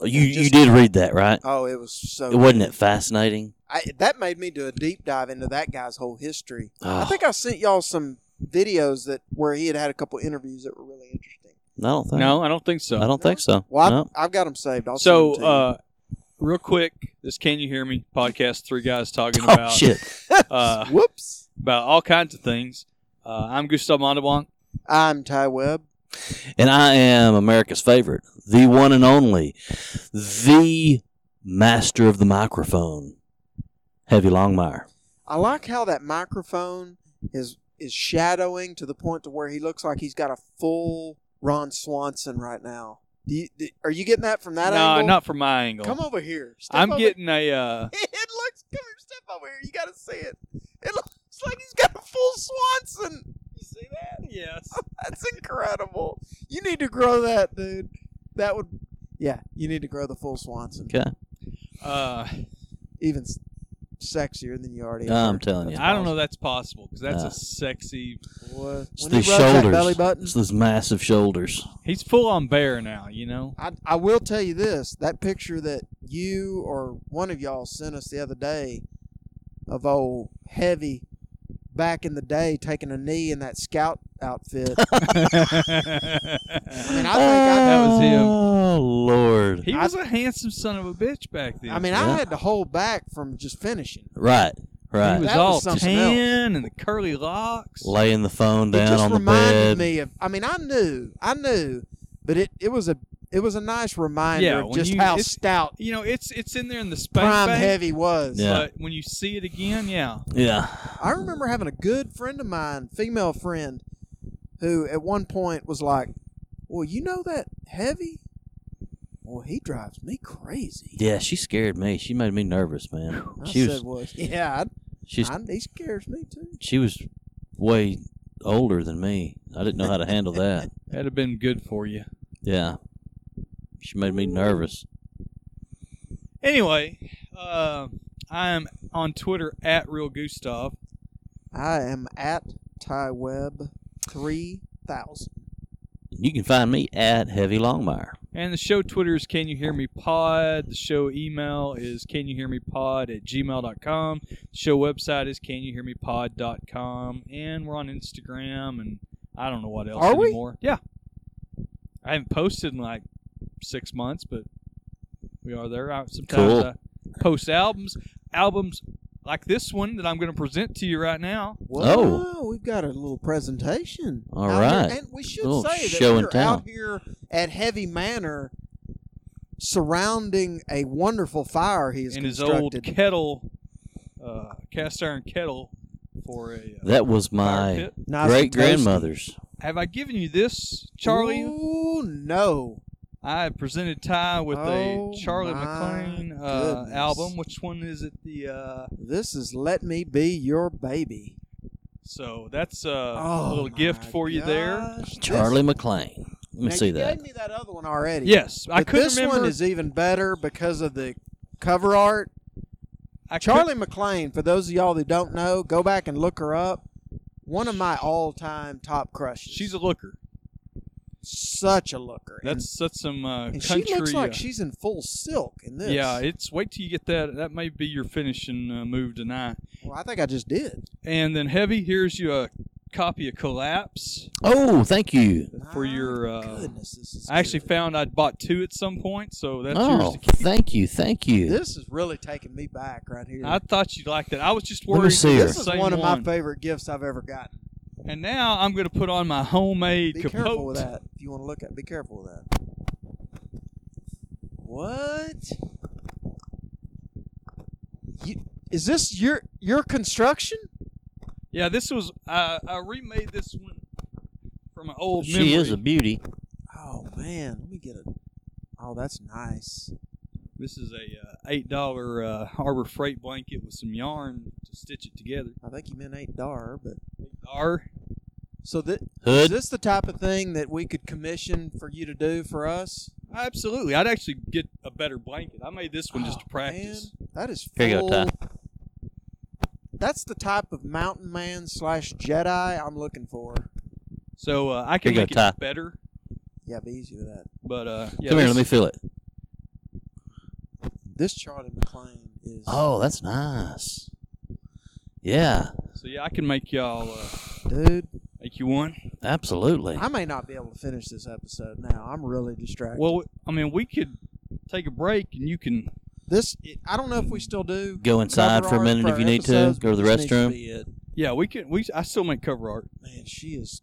[SPEAKER 10] You you
[SPEAKER 9] Just-
[SPEAKER 10] did read that, right?
[SPEAKER 9] Oh, it was so.
[SPEAKER 10] Wasn't it fascinating?
[SPEAKER 9] I, that made me do a deep dive into that guy's whole history. I
[SPEAKER 10] Oh.
[SPEAKER 9] think I sent y'all some videos that where he had had a couple interviews that were really interesting.
[SPEAKER 10] I don't think.
[SPEAKER 8] no, I don't think so.
[SPEAKER 10] I don't think so.
[SPEAKER 9] Well, I've,
[SPEAKER 10] No.
[SPEAKER 9] I've got them saved. I'll
[SPEAKER 8] so,
[SPEAKER 9] send 'em to you.
[SPEAKER 8] uh, real quick, this "Can You Hear Me" podcast, three guys talking
[SPEAKER 10] Oh
[SPEAKER 8] about
[SPEAKER 10] shit!
[SPEAKER 8] uh,
[SPEAKER 9] whoops,
[SPEAKER 8] about all kinds of things. Uh, I'm Gustav Montalban.
[SPEAKER 9] I'm Ty Webb.
[SPEAKER 10] And I am America's favorite, the one and only, the master of the microphone, Heavy Longmire.
[SPEAKER 9] I like how that microphone is is shadowing to the point to where he looks like he's got a full Ron Swanson right now. Do you, do- are you getting that from that
[SPEAKER 8] no,
[SPEAKER 9] angle?
[SPEAKER 8] not from my angle.
[SPEAKER 9] Come over here. Step
[SPEAKER 8] I'm
[SPEAKER 9] over-
[SPEAKER 8] getting a uh,
[SPEAKER 9] Look looks. Come here, step over here. You gotta see it. It looks like he's got a full Swanson. You see that?
[SPEAKER 8] Yes.
[SPEAKER 9] That's incredible. You need to grow that, dude. That would. Yeah, you need to grow the full Swanson.
[SPEAKER 10] Okay.
[SPEAKER 8] Uh,
[SPEAKER 9] Even s- sexier than you already are.
[SPEAKER 10] I'm telling you.
[SPEAKER 8] I don't know that's possible because that's
[SPEAKER 10] Uh.
[SPEAKER 8] a sexy.
[SPEAKER 9] What?
[SPEAKER 10] It's
[SPEAKER 9] when he
[SPEAKER 10] these
[SPEAKER 9] rubs that
[SPEAKER 10] shoulders.
[SPEAKER 9] belly button.
[SPEAKER 10] It's those massive shoulders.
[SPEAKER 8] He's full on bear now, you know.
[SPEAKER 9] I, I will tell you this that picture that you or one of y'all sent us the other day of old heavy back in the day taking a knee in that scout outfit. I mean, I think I,
[SPEAKER 8] That was him.
[SPEAKER 10] Oh Lord.
[SPEAKER 8] He was a handsome son of a bitch back then.
[SPEAKER 9] I mean, I had to hold back from just finishing.
[SPEAKER 10] Right.
[SPEAKER 8] he
[SPEAKER 10] Right.
[SPEAKER 8] was
[SPEAKER 9] That was
[SPEAKER 8] all
[SPEAKER 9] something
[SPEAKER 8] tan and the curly locks.
[SPEAKER 10] Laying the phone down
[SPEAKER 9] it just
[SPEAKER 10] on the
[SPEAKER 9] reminded
[SPEAKER 10] bed.
[SPEAKER 9] me of. I mean, I knew, I knew, but it, it was a it was a nice reminder
[SPEAKER 8] Yeah,
[SPEAKER 9] of
[SPEAKER 8] when
[SPEAKER 9] just
[SPEAKER 8] you-
[SPEAKER 9] how
[SPEAKER 8] it's-
[SPEAKER 9] stout
[SPEAKER 8] you know, it's it's in there in the space.
[SPEAKER 9] prime heavy was.
[SPEAKER 10] Yeah.
[SPEAKER 8] But when you see it again, yeah.
[SPEAKER 10] Yeah.
[SPEAKER 9] I remember having a good friend of mine, female friend, who at one point was like, "Well, you know that heavy? Well, he drives me crazy."
[SPEAKER 10] Yeah, she scared me. She made me nervous, man.
[SPEAKER 9] I
[SPEAKER 10] She
[SPEAKER 9] said,
[SPEAKER 10] was
[SPEAKER 9] "Well, yeah, I,
[SPEAKER 10] she's
[SPEAKER 9] I, he scares me too."
[SPEAKER 10] she was way older than me. I didn't know how to handle that.
[SPEAKER 8] That'd have been good for you.
[SPEAKER 10] Yeah. She made me nervous.
[SPEAKER 8] Anyway, uh, I am on Twitter at Real Gustav.
[SPEAKER 9] I am at Tyweb three thousand.
[SPEAKER 10] You can find me at Heavy Longmire.
[SPEAKER 8] And the show Twitter is Can You Hear Me Pod. The show email is Can You Hear Me Pod at gmail.com. The show website is Can You Hear Me Pod.com. And we're on Instagram and I don't know what else
[SPEAKER 9] Are we?
[SPEAKER 8] anymore. Yeah. I haven't posted in like six months, but we are there. I, sometimes
[SPEAKER 10] Cool.
[SPEAKER 8] I post albums. Albums like this one that I'm going to present to you right now.
[SPEAKER 9] Whoa, we've got a little presentation.
[SPEAKER 10] Oh. All
[SPEAKER 9] out here.
[SPEAKER 10] right.
[SPEAKER 9] and we should
[SPEAKER 10] Little
[SPEAKER 9] say that
[SPEAKER 10] show and
[SPEAKER 9] we're
[SPEAKER 10] tell.
[SPEAKER 9] out here at Heavy Manor, surrounding a wonderful fire he has
[SPEAKER 8] in his
[SPEAKER 9] constructed.
[SPEAKER 8] old kettle, uh, cast iron kettle for a. Uh,
[SPEAKER 10] That was
[SPEAKER 8] fire
[SPEAKER 10] my
[SPEAKER 8] pit.
[SPEAKER 9] Nice and
[SPEAKER 10] great
[SPEAKER 9] toasty.
[SPEAKER 10] grandmother's.
[SPEAKER 8] Have I given you this, Charlie?
[SPEAKER 9] Ooh, no.
[SPEAKER 8] I have presented Ty with
[SPEAKER 9] Oh,
[SPEAKER 8] a Charlie
[SPEAKER 9] my
[SPEAKER 8] McLean uh,
[SPEAKER 9] goodness.
[SPEAKER 8] album. Which one is it? The uh,
[SPEAKER 9] This is Let Me Be Your Baby.
[SPEAKER 8] so that's uh, a
[SPEAKER 9] Oh,
[SPEAKER 8] little gift
[SPEAKER 9] my
[SPEAKER 8] for you there.
[SPEAKER 9] gosh. This-
[SPEAKER 10] Charlie McLean. Let me
[SPEAKER 9] Now,
[SPEAKER 10] see
[SPEAKER 9] you
[SPEAKER 10] that.
[SPEAKER 9] gave me that other one already.
[SPEAKER 8] Yes, I
[SPEAKER 9] But
[SPEAKER 8] couldn't
[SPEAKER 9] this
[SPEAKER 8] remember.
[SPEAKER 9] one is even better because of the cover art.
[SPEAKER 8] I could-
[SPEAKER 9] Charlie McLean, for those of y'all that don't know, go back and look her up. One of my all-time top crushes.
[SPEAKER 8] she's a looker.
[SPEAKER 9] such a looker. And-
[SPEAKER 8] That's that's some uh,
[SPEAKER 9] and,
[SPEAKER 8] country.
[SPEAKER 9] she looks like
[SPEAKER 8] uh,
[SPEAKER 9] she's in full silk in this.
[SPEAKER 8] yeah, it's wait till you get that. That may be your finishing uh, move tonight.
[SPEAKER 9] well, I think I just did.
[SPEAKER 8] And then heavy. Here's you a copy of Collapse
[SPEAKER 10] Oh, thank you.
[SPEAKER 8] for
[SPEAKER 9] My
[SPEAKER 8] your. Uh,
[SPEAKER 9] goodness, this is
[SPEAKER 8] I actually
[SPEAKER 9] good.
[SPEAKER 8] found I'd bought two at some point, so that's yours
[SPEAKER 10] Oh,
[SPEAKER 8] to keep.
[SPEAKER 10] thank you, thank you.
[SPEAKER 9] This is really taking me back right here.
[SPEAKER 8] I thought you'd like that. I was just
[SPEAKER 10] Let me
[SPEAKER 8] worried.
[SPEAKER 10] see
[SPEAKER 8] it was
[SPEAKER 10] her.
[SPEAKER 9] this
[SPEAKER 8] the
[SPEAKER 9] is
[SPEAKER 8] same
[SPEAKER 9] one of my favorite gifts I've ever gotten.
[SPEAKER 8] And now I'm going to put on my homemade
[SPEAKER 9] Be
[SPEAKER 8] capote.
[SPEAKER 9] careful with that. If you want to look at, be careful with that. What? You, is this your your construction?
[SPEAKER 8] Yeah, this was uh, I remade this one from an old
[SPEAKER 10] She
[SPEAKER 8] memory.
[SPEAKER 10] is a beauty.
[SPEAKER 9] Oh man, let me get a. Oh, that's nice.
[SPEAKER 8] this is a uh, eight dollar uh, Harbor Freight blanket with some yarn to stitch it together.
[SPEAKER 9] I think you meant eight dar, but
[SPEAKER 8] Ar,
[SPEAKER 9] so that is
[SPEAKER 10] Hood.
[SPEAKER 9] this the type of thing that we could commission for you to do for us?
[SPEAKER 8] absolutely. I'd actually get a better blanket. I made this one just to
[SPEAKER 9] Oh,
[SPEAKER 8] practice.
[SPEAKER 9] man, that is full.
[SPEAKER 10] Here you go, Ty.
[SPEAKER 9] That's the type of mountain man slash Jedi I'm looking for.
[SPEAKER 8] So uh, I can
[SPEAKER 10] Here you
[SPEAKER 8] make
[SPEAKER 10] go,
[SPEAKER 8] it
[SPEAKER 10] Ty.
[SPEAKER 8] better.
[SPEAKER 9] Yeah, be easy with that.
[SPEAKER 8] But uh, yeah,
[SPEAKER 10] Come here,
[SPEAKER 8] this-
[SPEAKER 10] let me feel it.
[SPEAKER 9] This Charlie McClain is.
[SPEAKER 10] Oh, that's nice. Yeah,
[SPEAKER 8] So yeah, I can make y'all uh,
[SPEAKER 9] dude,
[SPEAKER 8] make you one.
[SPEAKER 10] absolutely.
[SPEAKER 9] I may not be able to finish this episode now. I'm really distracted.
[SPEAKER 8] Well, I mean, we could take a break and you can.
[SPEAKER 9] this I don't know if we still do.
[SPEAKER 10] Go inside
[SPEAKER 9] cover
[SPEAKER 10] for a
[SPEAKER 9] art
[SPEAKER 10] minute
[SPEAKER 9] for
[SPEAKER 10] if you need to.
[SPEAKER 9] episodes,
[SPEAKER 10] Go to the
[SPEAKER 9] but this needs
[SPEAKER 10] restroom.
[SPEAKER 9] be it.
[SPEAKER 8] Yeah, we can. We I still make cover art.
[SPEAKER 9] Man, she is.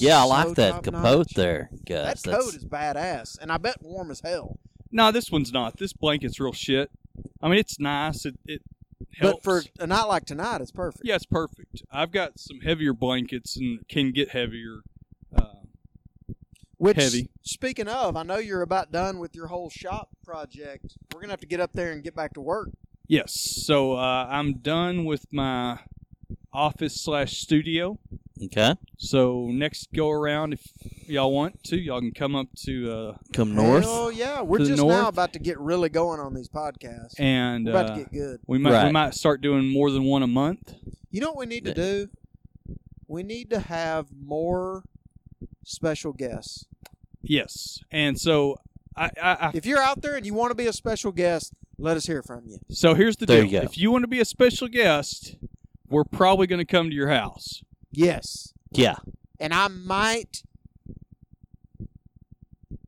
[SPEAKER 10] yeah, I
[SPEAKER 9] so
[SPEAKER 10] like that
[SPEAKER 9] top-notch.
[SPEAKER 10] capote there,
[SPEAKER 9] That
[SPEAKER 10] guys.
[SPEAKER 9] coat is badass, and I bet warm as hell.
[SPEAKER 8] No, this one's not. This blanket's real shit. I mean, it's nice. It it helps.
[SPEAKER 9] But for a night like tonight, it's perfect.
[SPEAKER 8] yeah, it's perfect. I've got some heavier blankets and can get heavier. Uh,
[SPEAKER 9] Which,
[SPEAKER 8] Heavy.
[SPEAKER 9] speaking of, I know you're about done with your whole shop project. We're gonna have to get up there and get back to work.
[SPEAKER 8] Yes. So uh, I'm done with my office slash studio.
[SPEAKER 10] Okay.
[SPEAKER 8] So next go around, if y'all want to, y'all can come up to uh,
[SPEAKER 10] Come north.
[SPEAKER 9] Hell yeah, we're
[SPEAKER 8] To the
[SPEAKER 9] just now
[SPEAKER 8] north.
[SPEAKER 9] about to get really going on these podcasts.
[SPEAKER 8] and
[SPEAKER 9] we're about
[SPEAKER 8] uh,
[SPEAKER 9] to get good.
[SPEAKER 8] we might we
[SPEAKER 10] Right.
[SPEAKER 8] might start doing more than one a month.
[SPEAKER 9] You know what we need to do? We need to have more special guests.
[SPEAKER 8] Yes. And so I, I, I
[SPEAKER 9] If you're out there and you want to be a special guest, let us hear from you.
[SPEAKER 8] so here's the
[SPEAKER 10] There
[SPEAKER 8] deal.
[SPEAKER 10] you go.
[SPEAKER 8] If you want to be a special guest, we're probably going to come to your house.
[SPEAKER 9] Yes.
[SPEAKER 10] Yeah.
[SPEAKER 9] And I might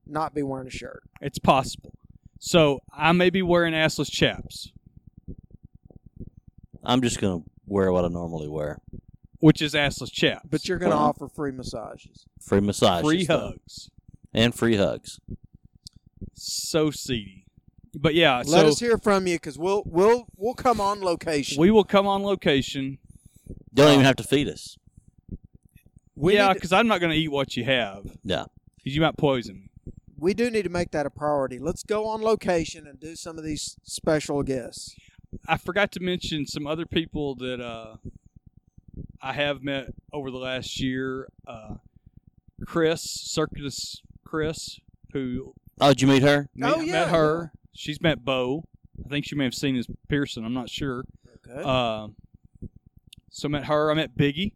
[SPEAKER 9] not be wearing a shirt.
[SPEAKER 8] It's possible. So I may be wearing assless chaps,
[SPEAKER 10] I'm just gonna wear what I normally wear.
[SPEAKER 8] which is assless chaps,
[SPEAKER 9] But you're going to
[SPEAKER 10] Well-
[SPEAKER 9] offer free massages.
[SPEAKER 10] Free massages.
[SPEAKER 8] free
[SPEAKER 10] though.
[SPEAKER 8] hugs.
[SPEAKER 10] And free hugs.
[SPEAKER 8] So seedy. But yeah,
[SPEAKER 9] Let
[SPEAKER 8] so
[SPEAKER 9] us hear from you because we'll we'll we'll come on location.
[SPEAKER 8] we will come on location.
[SPEAKER 10] You don't even have to feed us.
[SPEAKER 8] Yeah,
[SPEAKER 9] We
[SPEAKER 8] yeah,
[SPEAKER 9] need to-
[SPEAKER 8] because I'm not going to eat what you have. 'Cause
[SPEAKER 10] Yeah.
[SPEAKER 8] you might poison me.
[SPEAKER 9] we do need to make that a priority. Let's go on location and do some of these special guests.
[SPEAKER 8] I forgot to mention some other people that uh, I have met over the last year. Uh, Chris, Circus Chris, who
[SPEAKER 10] Oh, did you meet her?
[SPEAKER 8] met,
[SPEAKER 9] Oh, yeah,
[SPEAKER 8] met her. She's met Bo. I think she may have seen his Pearson. I'm not sure.
[SPEAKER 9] Okay.
[SPEAKER 8] Um, so I met her. I met Biggie.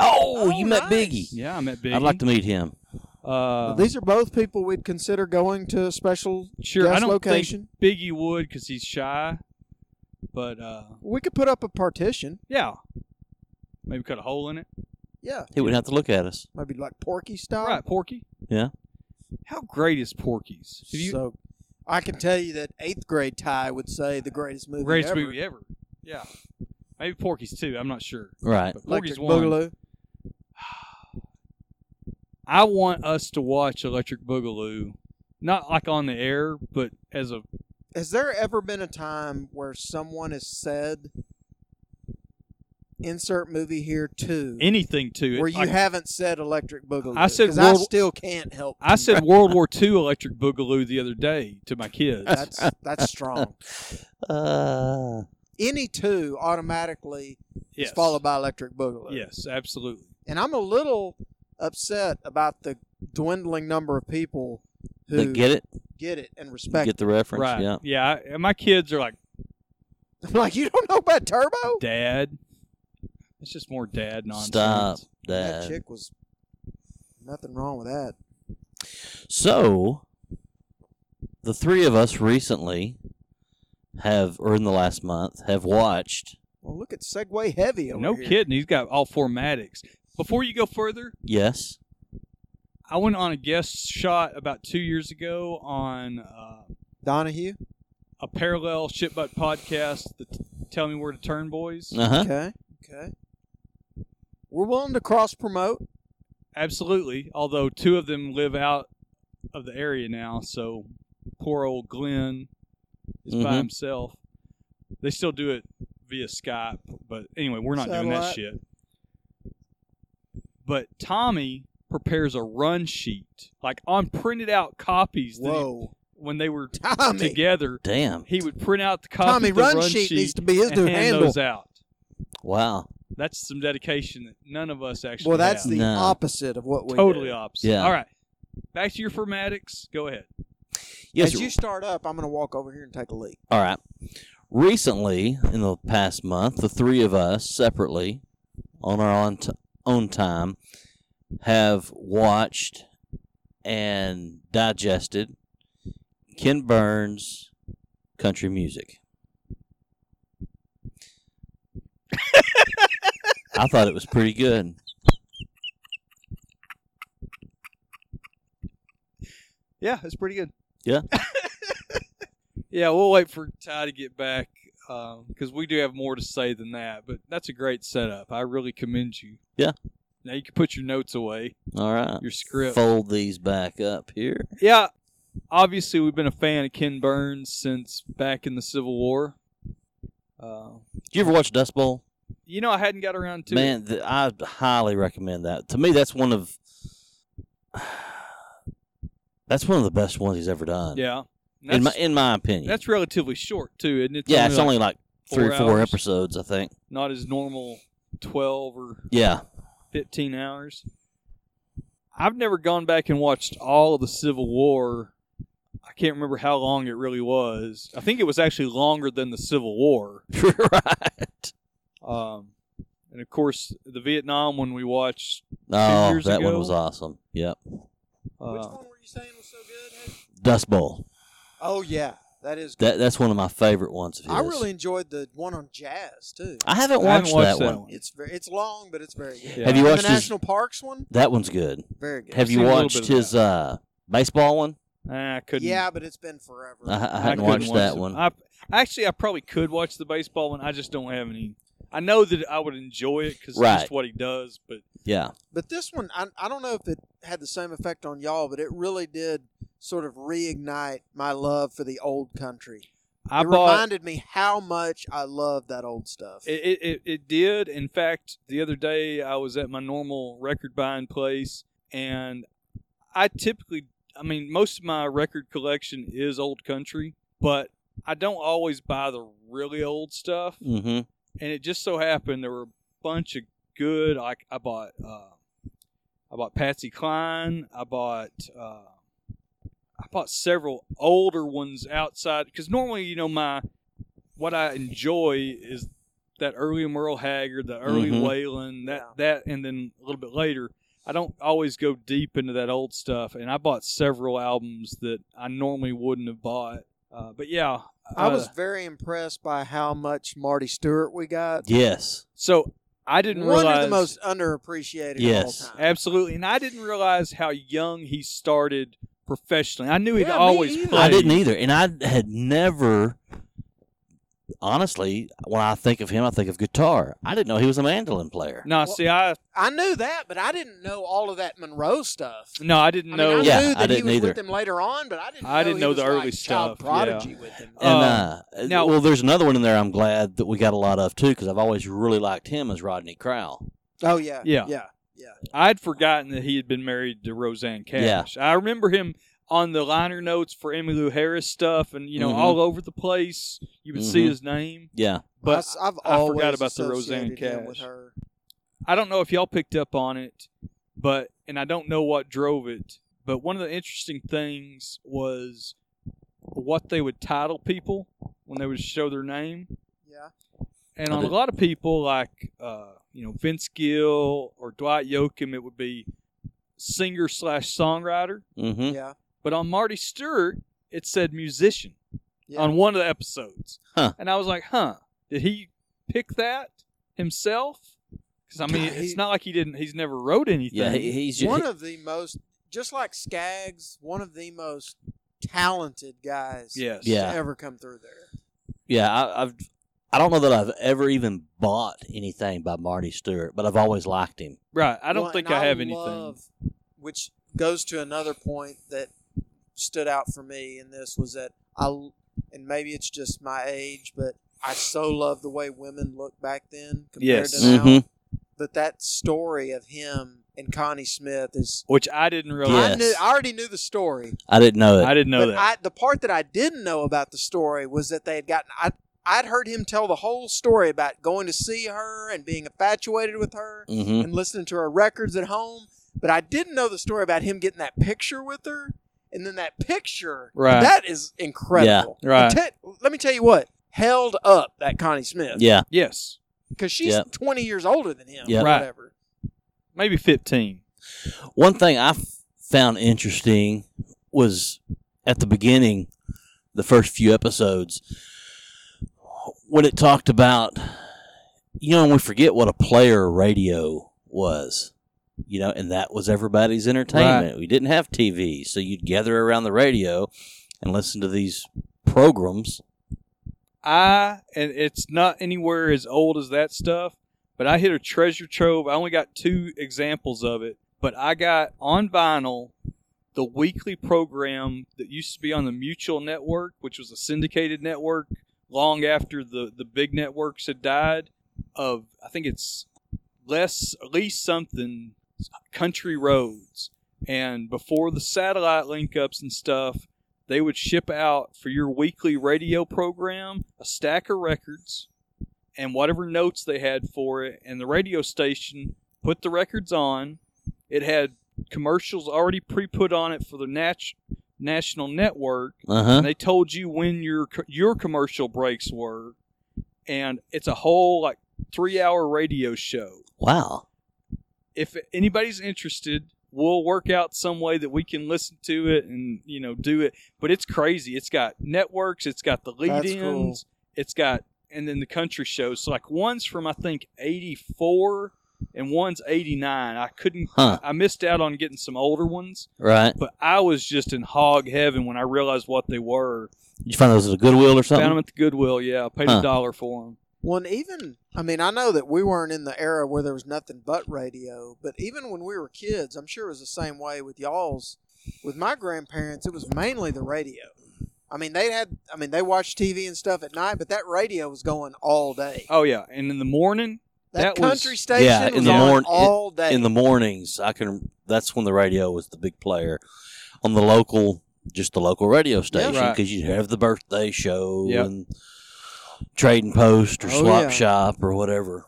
[SPEAKER 10] Oh,
[SPEAKER 9] Oh,
[SPEAKER 10] you met
[SPEAKER 9] nice.
[SPEAKER 10] Biggie.
[SPEAKER 8] Yeah, I met Biggie.
[SPEAKER 10] I'd like to meet him.
[SPEAKER 8] Uh,
[SPEAKER 10] Um,
[SPEAKER 9] Well, these are both people we'd consider going to a special
[SPEAKER 8] sure,
[SPEAKER 9] guest
[SPEAKER 8] I don't
[SPEAKER 9] location.
[SPEAKER 8] think Biggie would because he's shy. But uh,
[SPEAKER 9] We could put up a partition.
[SPEAKER 8] yeah, maybe cut a hole in it.
[SPEAKER 9] Yeah,
[SPEAKER 10] He wouldn't have to look at us.
[SPEAKER 9] maybe like Porky style.
[SPEAKER 8] Right, Porky.
[SPEAKER 10] Yeah.
[SPEAKER 8] How great is Porky's? Have you
[SPEAKER 9] so I can tell you that eighth grade Ty would say the greatest movie
[SPEAKER 8] greatest
[SPEAKER 9] ever.
[SPEAKER 8] movie ever? Yeah, maybe Porky's too. I'm not sure.
[SPEAKER 10] Right.
[SPEAKER 8] But Porky's
[SPEAKER 9] Electric
[SPEAKER 8] one.
[SPEAKER 9] Boogaloo.
[SPEAKER 8] I want us to watch Electric Boogaloo, not like on the air, but as a
[SPEAKER 9] Has there ever been a time where someone has said insert movie here too
[SPEAKER 8] anything to it.
[SPEAKER 9] where you
[SPEAKER 8] Like,
[SPEAKER 9] haven't said Electric Boogaloo?
[SPEAKER 8] I said
[SPEAKER 9] 'Cause I
[SPEAKER 8] World-
[SPEAKER 9] still can't help.
[SPEAKER 8] I said World War II Electric Boogaloo the other day to my kids.
[SPEAKER 9] that's that's strong.
[SPEAKER 10] Uh,
[SPEAKER 9] Any two automatically
[SPEAKER 8] yes.
[SPEAKER 9] is followed by Electric Boogaloo.
[SPEAKER 8] Yes, absolutely.
[SPEAKER 9] and I'm a little upset about the dwindling number of people who
[SPEAKER 10] they get it.
[SPEAKER 9] get it and respect.
[SPEAKER 10] Get the reference.
[SPEAKER 8] right.
[SPEAKER 10] Yeah.
[SPEAKER 8] Yeah. I, and my kids are like,
[SPEAKER 9] it. like you don't know about Turbo.
[SPEAKER 8] Dad. It's just more dad nonsense.
[SPEAKER 10] Stop
[SPEAKER 9] That
[SPEAKER 10] that.
[SPEAKER 9] chick was nothing wrong with that.
[SPEAKER 10] So, the three of us recently have, or in the last month, have watched.
[SPEAKER 9] Well, look at Segway Heavy over
[SPEAKER 8] No
[SPEAKER 9] here.
[SPEAKER 8] kidding. He's got all formatics. Before you go further,
[SPEAKER 10] Yes.
[SPEAKER 8] I went on a guest shot about two years ago on uh,
[SPEAKER 9] Donahue.
[SPEAKER 8] a parallel shitbutt podcast, the Tell Me Where to Turn Boys.
[SPEAKER 10] Uh huh.
[SPEAKER 9] Okay, okay. We're willing to cross promote.
[SPEAKER 8] Absolutely. Although two of them live out of the area now, so poor old Glenn is by
[SPEAKER 10] Mhm.
[SPEAKER 8] himself. They still do it via Skype, but anyway, we're not doing that
[SPEAKER 9] Satellite.
[SPEAKER 8] shit. But Tommy prepares a run sheet, like on printed out copies. That he-
[SPEAKER 9] Whoa,
[SPEAKER 8] when they were
[SPEAKER 9] Tommy!
[SPEAKER 8] together,
[SPEAKER 10] Damn.
[SPEAKER 8] he would print out the copy.
[SPEAKER 9] Tommy
[SPEAKER 8] of the
[SPEAKER 9] Run Sheet needs to be his
[SPEAKER 8] and
[SPEAKER 9] new
[SPEAKER 8] hand
[SPEAKER 9] handle.
[SPEAKER 8] those out.
[SPEAKER 10] Wow.
[SPEAKER 8] That's some dedication that none of us actually.
[SPEAKER 9] Well, that's
[SPEAKER 8] have.
[SPEAKER 9] the
[SPEAKER 10] No.
[SPEAKER 9] opposite of what we
[SPEAKER 8] totally
[SPEAKER 9] do.
[SPEAKER 8] opposite.
[SPEAKER 10] Yeah.
[SPEAKER 8] All right. Back to your formatics. Go ahead.
[SPEAKER 10] Yes.
[SPEAKER 9] As you start up, I'm going to walk over here and take a leak.
[SPEAKER 10] All right. Recently, in the past month, the three of us separately, on our own, t- own time, have watched and digested Ken Burns' country music. I thought it was pretty good.
[SPEAKER 8] Yeah, it's pretty good.
[SPEAKER 10] Yeah.
[SPEAKER 8] yeah, we'll wait for Ty to get back because we do have more to say than that. But that's a great setup. I really commend you.
[SPEAKER 10] Yeah.
[SPEAKER 8] Now you can put your notes away,
[SPEAKER 10] All right.
[SPEAKER 8] your script.
[SPEAKER 10] Fold these back up here.
[SPEAKER 8] Yeah. Obviously, we've been a fan of Ken Burns since back in the Civil War. Uh,
[SPEAKER 10] Did you ever watch Dust Bowl?
[SPEAKER 8] you know, I hadn't got around to it.
[SPEAKER 10] Man, th- I highly recommend that. To me, that's one of that's one of the best ones he's ever done.
[SPEAKER 8] Yeah.
[SPEAKER 10] in my in my opinion.
[SPEAKER 8] That's relatively short too, isn't it?
[SPEAKER 10] yeah, it's only like, three
[SPEAKER 8] four
[SPEAKER 10] or four
[SPEAKER 8] hours.
[SPEAKER 10] episodes, I think.
[SPEAKER 8] not his normal twelve or
[SPEAKER 10] Yeah,
[SPEAKER 8] fifteen hours. I've never gone back and watched all of the Civil War. I can't remember how long it really was. I think it was actually longer than the Civil War.
[SPEAKER 10] right.
[SPEAKER 8] Um, and of course, the Vietnam one we watched.
[SPEAKER 10] Oh,
[SPEAKER 8] years
[SPEAKER 10] that one
[SPEAKER 8] ago?
[SPEAKER 10] was awesome. Yep,
[SPEAKER 9] Which
[SPEAKER 8] Uh,
[SPEAKER 9] one were you saying was so good? Hank?
[SPEAKER 10] Dust Bowl.
[SPEAKER 9] Oh yeah, that is. Good.
[SPEAKER 10] That that's one of my favorite ones of his.
[SPEAKER 9] I really enjoyed the one on jazz too.
[SPEAKER 10] I haven't
[SPEAKER 8] I haven't
[SPEAKER 10] watched, that,
[SPEAKER 8] watched that
[SPEAKER 10] one.
[SPEAKER 8] one.
[SPEAKER 9] It's very, it's long, but it's very good.
[SPEAKER 8] Yeah.
[SPEAKER 10] Have you
[SPEAKER 9] And
[SPEAKER 10] watched
[SPEAKER 9] the
[SPEAKER 10] his?
[SPEAKER 9] national parks one?
[SPEAKER 10] That one's good.
[SPEAKER 9] Very good.
[SPEAKER 10] Have you
[SPEAKER 8] seen a little
[SPEAKER 10] watched
[SPEAKER 8] bit of
[SPEAKER 10] his uh, baseball one?
[SPEAKER 8] ah, I couldn't.
[SPEAKER 9] Yeah, but it's been forever.
[SPEAKER 10] I, I
[SPEAKER 8] I
[SPEAKER 10] hadn't
[SPEAKER 8] couldn't
[SPEAKER 10] watched
[SPEAKER 8] watch
[SPEAKER 10] that
[SPEAKER 8] the-
[SPEAKER 10] one.
[SPEAKER 8] I, actually, I probably could watch the baseball one. I just don't have any. I know that I would enjoy it because
[SPEAKER 10] Right.
[SPEAKER 8] just what he does, but
[SPEAKER 10] yeah,
[SPEAKER 9] But this one, I, I don't know if it had the same effect on y'all, but it really did sort of reignite my love for the old country.
[SPEAKER 8] I
[SPEAKER 9] it
[SPEAKER 8] bought
[SPEAKER 9] reminded me how much I love that old stuff.
[SPEAKER 8] It, it, it, it did. In fact, the other day I was at my normal record buying place, and I typically, I mean, most of my record collection is old country, but I don't always buy the really old stuff.
[SPEAKER 10] hmm
[SPEAKER 8] And it just so happened there were a bunch of good. Like I bought, uh, I bought Patsy Cline. I bought. Uh, I bought several older ones outside because normally, you know, my what I enjoy is that early Merle Haggard, the early
[SPEAKER 10] Mhm.
[SPEAKER 8] Waylon, that that, and then a little bit later. I don't always go deep into that old stuff, and I bought several albums that I normally wouldn't have bought. Uh, but yeah,
[SPEAKER 9] I was
[SPEAKER 8] uh,
[SPEAKER 9] very impressed by how much Marty Stewart we got.
[SPEAKER 10] Yes.
[SPEAKER 8] so I didn't
[SPEAKER 9] One
[SPEAKER 8] realize
[SPEAKER 9] of the most underappreciated
[SPEAKER 10] Yes.
[SPEAKER 9] of all time.
[SPEAKER 8] Absolutely, and I didn't realize how young he started professionally. I knew he'd
[SPEAKER 9] Yeah, me
[SPEAKER 8] always
[SPEAKER 9] either.
[SPEAKER 8] played.
[SPEAKER 10] I didn't either, and I had never. Honestly, when I think of him, I think of guitar. I didn't know he was a mandolin player.
[SPEAKER 8] No, see, I
[SPEAKER 9] I knew that, but I didn't know all of that Monroe stuff.
[SPEAKER 8] no, I didn't
[SPEAKER 9] I
[SPEAKER 8] know.
[SPEAKER 9] mean, I
[SPEAKER 10] Yeah,
[SPEAKER 9] knew that
[SPEAKER 10] I
[SPEAKER 9] he
[SPEAKER 10] didn't
[SPEAKER 9] was
[SPEAKER 10] either.
[SPEAKER 9] with them later on, but I didn't.
[SPEAKER 8] I didn't
[SPEAKER 9] he
[SPEAKER 8] know
[SPEAKER 9] was
[SPEAKER 8] the early
[SPEAKER 9] like child
[SPEAKER 8] stuff,
[SPEAKER 9] Prodigy with him.
[SPEAKER 10] And
[SPEAKER 8] Uh,
[SPEAKER 10] uh,
[SPEAKER 8] now-
[SPEAKER 10] well, there's another one in there. I'm glad that we got a lot of too, because I've always really liked him as Rodney Crowell.
[SPEAKER 9] Oh yeah,
[SPEAKER 8] Yeah.
[SPEAKER 9] yeah.
[SPEAKER 8] I'd forgotten that he had been married to Roseanne Cash. I remember him on the liner notes for Emmylou Harris stuff, and you know,
[SPEAKER 10] Mhm.
[SPEAKER 8] all over the place, you would see
[SPEAKER 10] Mhm.
[SPEAKER 8] his name.
[SPEAKER 10] Yeah,
[SPEAKER 8] But
[SPEAKER 9] s- I've
[SPEAKER 8] I
[SPEAKER 9] always
[SPEAKER 8] forgot about the Roseanne
[SPEAKER 9] associated him with
[SPEAKER 8] Cash.
[SPEAKER 9] her.
[SPEAKER 8] I don't know if y'all picked up on it, but and I don't know what drove it, but one of the interesting things was what they would title people when they would show their name.
[SPEAKER 9] Yeah.
[SPEAKER 8] And
[SPEAKER 10] I
[SPEAKER 8] on a
[SPEAKER 10] did-
[SPEAKER 8] lot of people, like uh, you know Vince Gill or Dwight Yoakam, it would be singer slash songwriter.
[SPEAKER 10] mm-hmm.
[SPEAKER 9] Yeah.
[SPEAKER 8] But on Marty Stewart, it said musician
[SPEAKER 9] Yeah.
[SPEAKER 8] on one of the episodes.
[SPEAKER 10] Huh.
[SPEAKER 8] And I was like, huh, did he pick that himself? Because I mean,
[SPEAKER 9] Yeah, he-
[SPEAKER 8] it's not like he didn't. He's never wrote anything.
[SPEAKER 10] yeah. He, he's just,
[SPEAKER 9] one of the most, just like Skaggs, one of the most talented guys
[SPEAKER 8] yes.
[SPEAKER 10] Yeah.
[SPEAKER 9] to ever come through there.
[SPEAKER 10] yeah. I, I've I don't know that I've ever even bought anything by Marty Stewart, but I've always liked him.
[SPEAKER 8] Right. I don't
[SPEAKER 9] Well,
[SPEAKER 8] think
[SPEAKER 9] and
[SPEAKER 8] I have anything.
[SPEAKER 9] love- which goes to another point that stood out for me in this was that I, and maybe it's just my age, but I so love the way women looked back then compared
[SPEAKER 8] Yes.
[SPEAKER 9] to now.
[SPEAKER 10] Mhm.
[SPEAKER 9] But that story of him and Connie Smith is.
[SPEAKER 8] Which I didn't realize.
[SPEAKER 9] I,
[SPEAKER 10] Yes.
[SPEAKER 9] knew, I already knew the story,
[SPEAKER 10] I didn't know it.
[SPEAKER 8] I didn't know
[SPEAKER 9] but
[SPEAKER 8] that.
[SPEAKER 9] I, the part that I didn't know about the story was that they had gotten. I, I'd heard him tell the whole story about going to see her and being infatuated with her
[SPEAKER 10] hmm
[SPEAKER 9] and listening to her records at home, but I didn't know the story about him getting that picture with her. And then that picture,
[SPEAKER 8] Right.
[SPEAKER 9] that is incredible.
[SPEAKER 8] Yeah, right.
[SPEAKER 9] And te- let me tell you what held up that Connie Smith
[SPEAKER 10] Yeah,
[SPEAKER 8] yes.
[SPEAKER 9] because she's
[SPEAKER 10] Yep.
[SPEAKER 9] 20 years older than him.
[SPEAKER 10] Yep.
[SPEAKER 9] or
[SPEAKER 8] Right.
[SPEAKER 9] Whatever.
[SPEAKER 8] Maybe 15.
[SPEAKER 10] One thing I f- found interesting was at the beginning, the first few episodes, when it talked about, you know, and we forget what a player radio was, you know, and that was everybody's entertainment. We didn't have TV, so you'd gather around the radio and listen to these programs.
[SPEAKER 8] I, and it's not anywhere as old as that stuff, but I hit a treasure trove. I only got two examples of it, but I got on vinyl the weekly program that used to be on the Mutual Network, which was a syndicated network long after the, the big networks had died, of, I think it's less, at least something, Country Roads. And before the satellite link ups and stuff, they would ship out for your weekly radio program a stack of records and whatever notes they had for it and the radio station put the records on it had commercials already pre-put on it for the nat- national network
[SPEAKER 10] Uh
[SPEAKER 8] and
[SPEAKER 10] huh.
[SPEAKER 8] they told you when your co- your commercial breaks were and it's a whole like 3 hour radio show
[SPEAKER 10] Wow.
[SPEAKER 8] if anybody's interested, we'll work out some way that we can listen to it and you know do it. But it's crazy. It's got networks. It's got the
[SPEAKER 9] That's
[SPEAKER 8] lead-ins.
[SPEAKER 9] cool.
[SPEAKER 8] It's got and then the country shows. So like one's from I think '84 and one's '89. I couldn't.
[SPEAKER 10] Huh.
[SPEAKER 8] I missed out on getting some older ones.
[SPEAKER 10] Right.
[SPEAKER 8] But I was just in hog heaven when I realized what they were.
[SPEAKER 10] Did you find those at a Goodwill or
[SPEAKER 8] Found 'em Found them
[SPEAKER 10] something?
[SPEAKER 8] at the Goodwill. Yeah, I paid
[SPEAKER 10] Huh.
[SPEAKER 8] a dollar for them.
[SPEAKER 9] Well, and even I mean, I know that we weren't in the era where there was nothing but radio, but even when we were kids, I'm sure it was the same way with y'all's. With my grandparents, it was mainly the radio. I mean, they had I mean, they watched TV and stuff at night, but that radio was going all day.
[SPEAKER 8] Oh yeah, and in the morning,
[SPEAKER 9] that,
[SPEAKER 8] that was-
[SPEAKER 9] country station
[SPEAKER 10] Yeah,
[SPEAKER 9] was
[SPEAKER 10] in the
[SPEAKER 9] on
[SPEAKER 10] morn-
[SPEAKER 9] all day.
[SPEAKER 10] In the mornings, I can. That's when the radio was the big player on the local, just the local radio station,
[SPEAKER 8] Right.
[SPEAKER 10] because you'd have the birthday show
[SPEAKER 8] Yep.
[SPEAKER 10] and trading post or
[SPEAKER 9] Oh,
[SPEAKER 10] swap
[SPEAKER 9] yeah.
[SPEAKER 10] shop or whatever.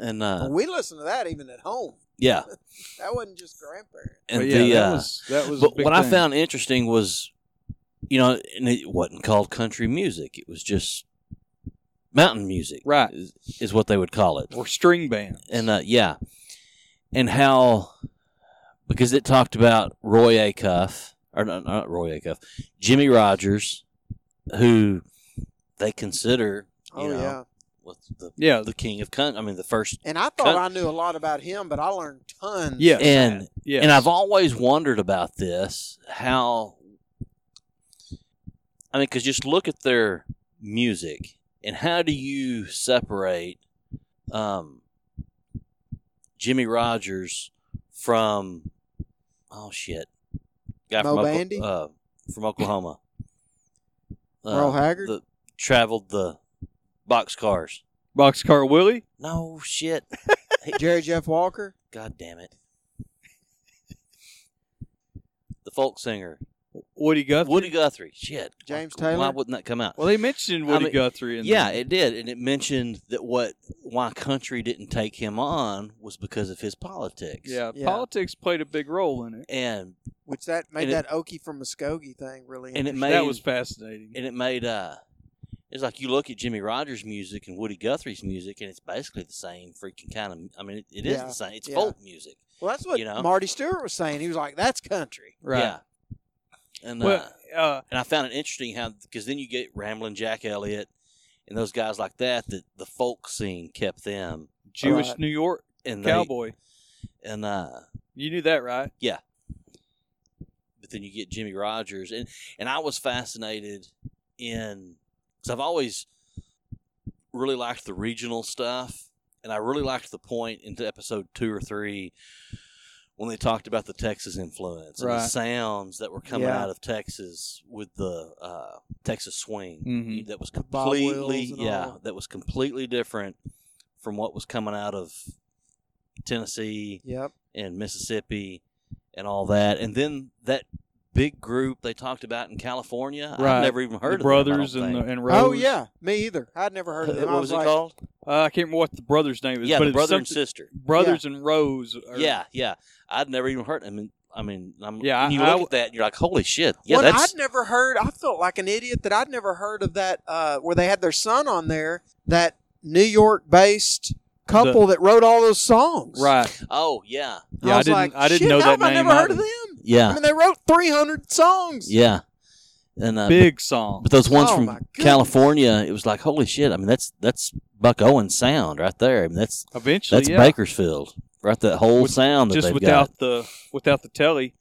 [SPEAKER 10] And uh,
[SPEAKER 9] we listened to that even at home.
[SPEAKER 10] yeah,
[SPEAKER 9] That wasn't just grandparents.
[SPEAKER 10] and
[SPEAKER 8] but oh, yeah,
[SPEAKER 10] the
[SPEAKER 8] that
[SPEAKER 10] uh,
[SPEAKER 8] was that was. a
[SPEAKER 10] But
[SPEAKER 8] big
[SPEAKER 10] what I
[SPEAKER 8] thing.
[SPEAKER 10] found interesting was, you know, and it wasn't called country music. It was just mountain music,
[SPEAKER 8] Right.
[SPEAKER 10] Is, is what they would call it.
[SPEAKER 8] or string bands.
[SPEAKER 10] And uh, yeah, and how because it talked about Roy Acuff or not, not Roy Acuff, Jimmy Rogers, who they consider, you
[SPEAKER 9] Oh
[SPEAKER 10] know,
[SPEAKER 9] yeah.
[SPEAKER 10] was the
[SPEAKER 8] yeah,
[SPEAKER 10] the king of country. I mean, the first.
[SPEAKER 9] And I thought I knew a lot about him, but I learned tons.
[SPEAKER 8] Yeah.
[SPEAKER 10] And
[SPEAKER 8] yeah.
[SPEAKER 10] And I've always wondered about this how, I mean, because just look at their music and how do you separate um, Jimmy Rogers from, oh shit, guy
[SPEAKER 9] Mo
[SPEAKER 10] from, Okla-
[SPEAKER 9] Bandy?
[SPEAKER 10] uh, from Oklahoma. Uh,
[SPEAKER 9] Merle Haggard.
[SPEAKER 10] the- traveled the boxcars.
[SPEAKER 8] Boxcar Willie.
[SPEAKER 10] No shit.
[SPEAKER 9] Jerry Jeff Walker.
[SPEAKER 10] God damn it. The folk singer.
[SPEAKER 8] Woody Guthrie.
[SPEAKER 10] Woody Guthrie. Shit.
[SPEAKER 9] James
[SPEAKER 10] why, Why
[SPEAKER 9] Taylor?
[SPEAKER 10] wouldn't that come out?
[SPEAKER 8] Well, they mentioned
[SPEAKER 10] I
[SPEAKER 8] Woody
[SPEAKER 10] mean,
[SPEAKER 8] Guthrie. In
[SPEAKER 10] yeah, it did, and it mentioned that what why country didn't take him on was because of his politics.
[SPEAKER 8] there. yeah,
[SPEAKER 9] Yeah.
[SPEAKER 8] Politics played a big role in it.
[SPEAKER 10] and
[SPEAKER 9] Which that made
[SPEAKER 10] And it-
[SPEAKER 9] that Okie from Muskogee thing really
[SPEAKER 10] and it made
[SPEAKER 8] That was fascinating.
[SPEAKER 10] and it made uh, it's like you look at Jimmy Rogers' music and Woody Guthrie's music, and it's basically the same freaking kind of. I mean, it, it is
[SPEAKER 9] Yeah,
[SPEAKER 10] the same. It's
[SPEAKER 9] yeah.
[SPEAKER 10] folk music.
[SPEAKER 9] Well, that's what
[SPEAKER 10] you know?
[SPEAKER 9] Marty Stewart was saying. He was like, "That's country."
[SPEAKER 8] right.
[SPEAKER 10] Yeah. And uh,
[SPEAKER 8] Well, uh,
[SPEAKER 10] And I found it interesting how, because then you get Ramblin' Jack Elliott and those guys like that, that the folk scene kept them.
[SPEAKER 8] Jewish
[SPEAKER 9] Right.
[SPEAKER 8] New York
[SPEAKER 10] And they-
[SPEAKER 8] cowboy.
[SPEAKER 10] And, uh,
[SPEAKER 8] You knew that, right?
[SPEAKER 10] but then you get Jimmy Rogers. And, and I was fascinated in, because I've always really liked the regional stuff. And I really liked the point into episode two or three when they talked about the Texas influence and the
[SPEAKER 8] Right.
[SPEAKER 10] sounds that were coming
[SPEAKER 9] Yeah.
[SPEAKER 10] out of Texas with the uh, Texas swing.
[SPEAKER 8] Mhm.
[SPEAKER 10] That was
[SPEAKER 9] The Bob Wills
[SPEAKER 10] completely,
[SPEAKER 9] and
[SPEAKER 10] yeah,
[SPEAKER 9] all.
[SPEAKER 10] that was completely different from what was coming out of Tennessee
[SPEAKER 9] Yep.
[SPEAKER 10] and Mississippi and all that. And then that big group they talked about in California,
[SPEAKER 8] Right.
[SPEAKER 10] I've never even heard
[SPEAKER 8] the
[SPEAKER 10] of
[SPEAKER 8] brothers
[SPEAKER 10] them, I
[SPEAKER 8] and
[SPEAKER 10] don't
[SPEAKER 8] the,
[SPEAKER 10] think.
[SPEAKER 8] and Rose.
[SPEAKER 9] Oh yeah, me either. I'd never heard of
[SPEAKER 10] Uh,
[SPEAKER 9] him. I
[SPEAKER 10] what was it
[SPEAKER 9] like,
[SPEAKER 10] called?
[SPEAKER 8] Uh, I can't remember what the brother's name is.
[SPEAKER 10] Yeah,
[SPEAKER 8] but
[SPEAKER 10] the
[SPEAKER 8] it's
[SPEAKER 10] brother and
[SPEAKER 8] something-
[SPEAKER 10] sister.
[SPEAKER 8] Brothers and Rose. are-
[SPEAKER 10] Yeah, yeah. I'd never even heard. I mean, I mean, I'm,
[SPEAKER 8] Yeah,
[SPEAKER 10] yeah.
[SPEAKER 8] I-
[SPEAKER 10] you
[SPEAKER 8] I
[SPEAKER 10] look
[SPEAKER 8] w-
[SPEAKER 10] at that, and you're like, holy shit. Yeah,
[SPEAKER 9] Well,
[SPEAKER 10] that's
[SPEAKER 9] I'd never heard. I felt like an idiot that I'd never heard of that. Uh, where they had their son on there, that New York-based couple that wrote all those songs.
[SPEAKER 8] Right.
[SPEAKER 10] oh yeah,
[SPEAKER 8] Yeah, I
[SPEAKER 9] was
[SPEAKER 8] didn't-
[SPEAKER 9] like,
[SPEAKER 8] I didn't
[SPEAKER 9] "Shit,
[SPEAKER 8] know
[SPEAKER 9] how
[SPEAKER 8] that
[SPEAKER 9] have I
[SPEAKER 8] name
[SPEAKER 9] never heard of
[SPEAKER 8] either."
[SPEAKER 9] them. I
[SPEAKER 10] yeah,
[SPEAKER 9] mean, they wrote 300 songs.
[SPEAKER 10] yeah. And uh,
[SPEAKER 8] Big song.
[SPEAKER 10] But those ones
[SPEAKER 9] Oh,
[SPEAKER 10] from
[SPEAKER 9] my goodness.
[SPEAKER 10] California, it was like, holy shit! I mean, that's that's Buck Owens sound right there. I mean, that's
[SPEAKER 8] Eventually,
[SPEAKER 10] that's
[SPEAKER 8] yeah.
[SPEAKER 10] Bakersfield, right? That whole
[SPEAKER 8] With-
[SPEAKER 10] sound that
[SPEAKER 8] just
[SPEAKER 10] they've
[SPEAKER 8] without
[SPEAKER 10] got.
[SPEAKER 8] the without the telly.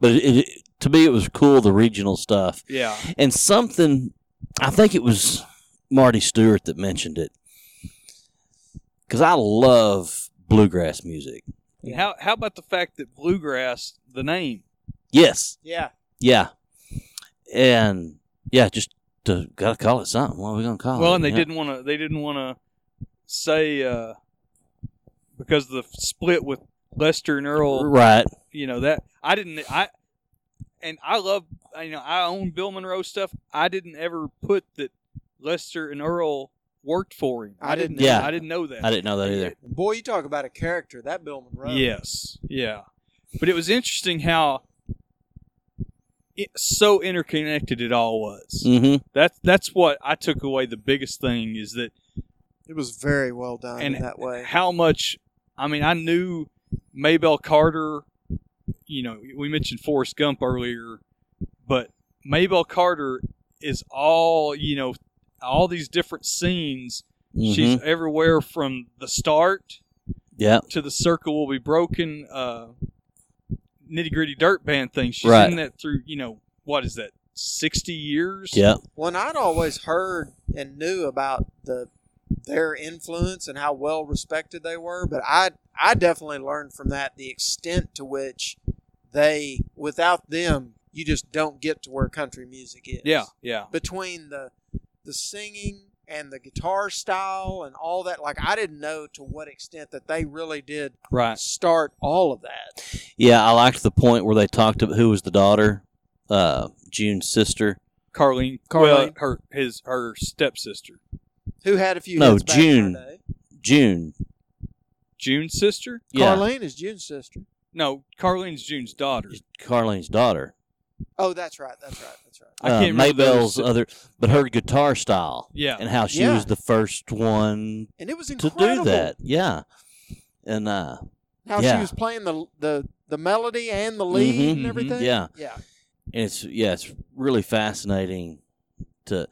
[SPEAKER 10] But it, it, to me, it was cool the regional stuff
[SPEAKER 8] Yeah.
[SPEAKER 10] and something. I think it was Marty Stewart that mentioned it because I love bluegrass music.
[SPEAKER 8] And how how about the fact that bluegrass the name?
[SPEAKER 10] Yes,
[SPEAKER 9] Yeah.
[SPEAKER 10] yeah, and yeah, just to, gotta call it something. What are we gonna call it?
[SPEAKER 8] Well, and they
[SPEAKER 10] Oh, Yeah.
[SPEAKER 8] didn't want to. They didn't want to say uh, because of the split with Lester and Earl.
[SPEAKER 10] right.
[SPEAKER 8] You know that I didn't. I and I love you know I own Bill Monroe stuff. I didn't ever put that Lester and Earl worked for him. I, didn't.
[SPEAKER 10] Yeah.
[SPEAKER 8] I didn't know that.
[SPEAKER 10] I didn't know that either.
[SPEAKER 9] Boy, you talk about a character, that Bill Monroe.
[SPEAKER 8] Yes. Yeah. But it was interesting how it, so interconnected it all was.
[SPEAKER 10] Mm-hmm.
[SPEAKER 8] That's that's what I took away. The biggest thing is that
[SPEAKER 9] It was very well done
[SPEAKER 8] and
[SPEAKER 9] in that way.
[SPEAKER 8] how much. I mean, I knew Maybelle Carter. You know, we mentioned Forrest Gump earlier, but Maybelle Carter is all you know. All these different scenes.
[SPEAKER 10] Mm-hmm.
[SPEAKER 8] She's everywhere from the start
[SPEAKER 10] yeah.
[SPEAKER 8] to the circle will be broken uh nitty gritty dirt band thing she's
[SPEAKER 10] Right.
[SPEAKER 8] in that through you know what is that 60 years
[SPEAKER 10] Yeah.
[SPEAKER 9] When I'd always heard and knew about the their influence and how well respected they were, but I I definitely learned from that the extent to which they without them you just don't get to where country music is.
[SPEAKER 8] yeah yeah
[SPEAKER 9] Between the the singing and the guitar style and all that, like I didn't know to what extent that they really did
[SPEAKER 8] right
[SPEAKER 9] start all of that.
[SPEAKER 10] Yeah, I liked the point where they talked about who was the daughter, uh, June's sister.
[SPEAKER 8] carlene well,
[SPEAKER 9] Carlene.
[SPEAKER 8] her his her stepsister
[SPEAKER 9] Who had a few
[SPEAKER 10] No,
[SPEAKER 9] hits back in
[SPEAKER 10] June.
[SPEAKER 9] our day.
[SPEAKER 10] June.
[SPEAKER 8] june's sister
[SPEAKER 10] Yeah.
[SPEAKER 9] Carlene is June's sister.
[SPEAKER 8] no carlene's june's daughter
[SPEAKER 10] Carlene's daughter.
[SPEAKER 9] Oh, that's right. That's right. That's right.
[SPEAKER 8] i can't
[SPEAKER 10] uh,
[SPEAKER 8] remember
[SPEAKER 10] Maybell's
[SPEAKER 8] those-
[SPEAKER 10] other, but her guitar style.
[SPEAKER 8] Yeah.
[SPEAKER 10] And how she
[SPEAKER 9] Yeah.
[SPEAKER 10] was the first one
[SPEAKER 9] And it was
[SPEAKER 10] to
[SPEAKER 9] incredible
[SPEAKER 10] do that. Yeah. And uh,
[SPEAKER 9] how
[SPEAKER 10] Yeah.
[SPEAKER 9] she was playing the the the melody and the lead
[SPEAKER 10] Mhm.
[SPEAKER 9] and everything.
[SPEAKER 10] yeah,
[SPEAKER 9] yeah.
[SPEAKER 10] and it's yeah, it's really fascinating. To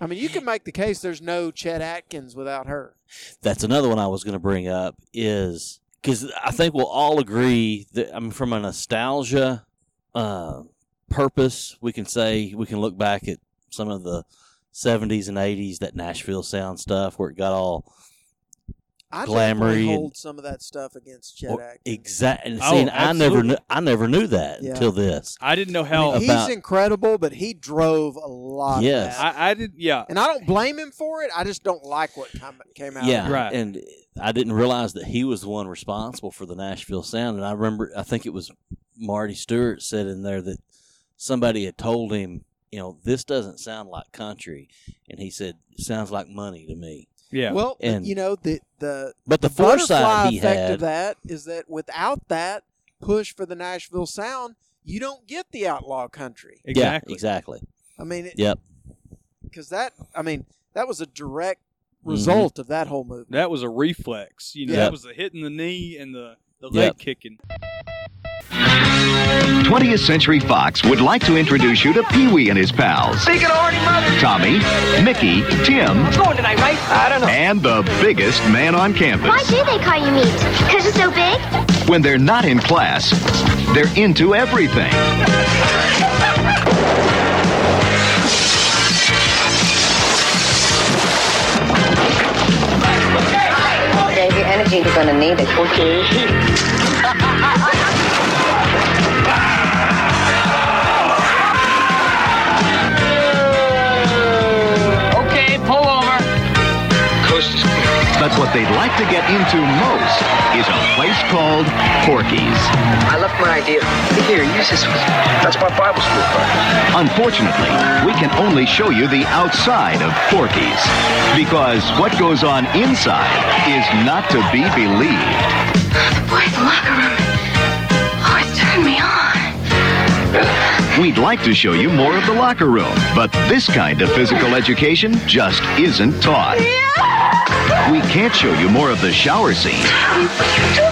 [SPEAKER 9] I mean, you can make the case there's no Chet Atkins without her.
[SPEAKER 10] that's another one I was going to bring up is because I think we'll all agree that I mean, from a nostalgia uh, purpose, we can say we can look back at some of the '70s and '80s that Nashville sound stuff where it got all
[SPEAKER 9] I
[SPEAKER 10] Glamory
[SPEAKER 9] definitely
[SPEAKER 10] and-
[SPEAKER 9] hold some of that stuff against Chet Atkins.
[SPEAKER 10] exact. And
[SPEAKER 8] Oh,
[SPEAKER 10] see, and I never
[SPEAKER 8] absolutely.
[SPEAKER 10] knew I never knew that
[SPEAKER 9] Yeah.
[SPEAKER 10] until this.
[SPEAKER 8] i didn't know how
[SPEAKER 10] mean,
[SPEAKER 8] I,
[SPEAKER 9] He's
[SPEAKER 10] about-
[SPEAKER 9] incredible, but he drove a lot. of
[SPEAKER 10] Yes.
[SPEAKER 9] that.
[SPEAKER 8] I, did yeah
[SPEAKER 9] and I don't blame him for it. I just don't like what com- came out. of
[SPEAKER 10] Yeah,
[SPEAKER 9] it.
[SPEAKER 8] Right.
[SPEAKER 10] And I didn't realize that he was the one responsible for the Nashville sound. And I remember, I think it was Marty Stewart said in there that somebody had told him, you know, this doesn't sound like country, and he said, "Sounds like money to me."
[SPEAKER 8] yeah
[SPEAKER 9] Well,
[SPEAKER 10] And-
[SPEAKER 9] you know the the
[SPEAKER 10] But the,
[SPEAKER 9] butterfly
[SPEAKER 10] foresight he
[SPEAKER 9] effect of
[SPEAKER 10] had,
[SPEAKER 9] that is that without that push for the Nashville sound, you don't get the outlaw country.
[SPEAKER 10] yeah,
[SPEAKER 8] exactly
[SPEAKER 10] exactly,
[SPEAKER 9] I mean,
[SPEAKER 10] yep,
[SPEAKER 9] because that I mean that was a direct
[SPEAKER 10] Mm-hmm.
[SPEAKER 9] result of that whole movie.
[SPEAKER 8] that was a reflex you know
[SPEAKER 10] Yeah.
[SPEAKER 8] that was the hitting the knee and the the leg
[SPEAKER 10] Yeah.
[SPEAKER 8] kicking
[SPEAKER 11] 20th Century Fox would like to introduce you to Pee Wee and his pals. Big Tommy, Mickey, Tim. What's going tonight, right? I don't know. And the biggest man on
[SPEAKER 12] Why
[SPEAKER 11] campus.
[SPEAKER 12] do they call you meat? Because you're so big?
[SPEAKER 11] When they're not in class, they're into everything.
[SPEAKER 13] Save your energy, you're gonna need it. Okay.
[SPEAKER 6] Okay, pull over. Coast.
[SPEAKER 11] But what they'd like to get into most is a place called Porky's.
[SPEAKER 13] I love my idea. Here, use this one. That's my Bible school card.
[SPEAKER 11] Unfortunately, we can only show you the outside of Porky's because what goes on inside is not to be believed.
[SPEAKER 12] Boy, the locker room. Oh, it's turned me on.
[SPEAKER 11] We'd like to show you more of the locker room, but this kind of physical education just isn't taught. We can't show you more of the shower scene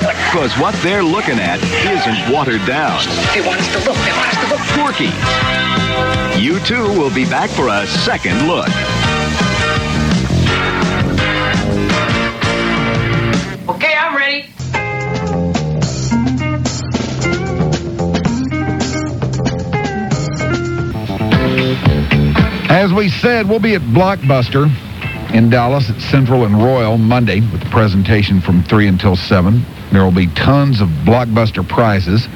[SPEAKER 11] because what they're looking at isn't watered down.
[SPEAKER 13] They want us to look. They want us to look.
[SPEAKER 11] Porky. You too will be back for a second look.
[SPEAKER 13] Okay, I'm ready.
[SPEAKER 14] As we said, we'll be at Blockbuster in Dallas at Central and Royal Monday with the presentation from 3 until 7. There will be tons of Blockbuster prizes,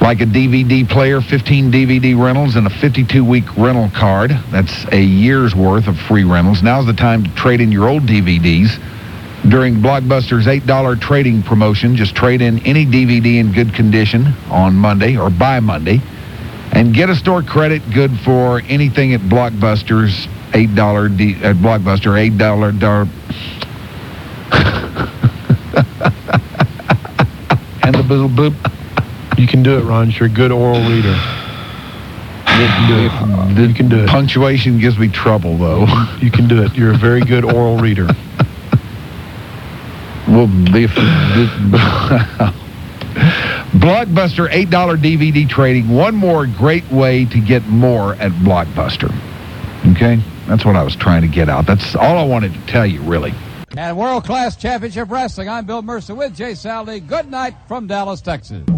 [SPEAKER 14] like a DVD player, 15 DVD rentals, and a 52-week rental card. That's a year's worth of free rentals. Now's the time to trade in your old DVDs. During Blockbuster's $8 trading promotion, just trade in any DVD in good condition on Monday or by Monday.
[SPEAKER 10] and get a store credit good for anything at Blockbuster's eight dollar D
[SPEAKER 14] uh,
[SPEAKER 10] at Blockbuster eight dollar dollar.
[SPEAKER 15] and the boop boop. You can do it, Ron. You're a good oral reader. You can do it. you can do it.
[SPEAKER 10] Punctuation gives me trouble though.
[SPEAKER 15] You can do it. You're a very good oral reader.
[SPEAKER 10] Well, if, Blockbuster $8 DVD trading. One more great way to get more at Blockbuster. Okay? That's what I was trying to get out. That's all I wanted to tell you, really.
[SPEAKER 16] And World Class Championship Wrestling, I'm Bill Mercer with Jay Sally. Good night from Dallas, Texas.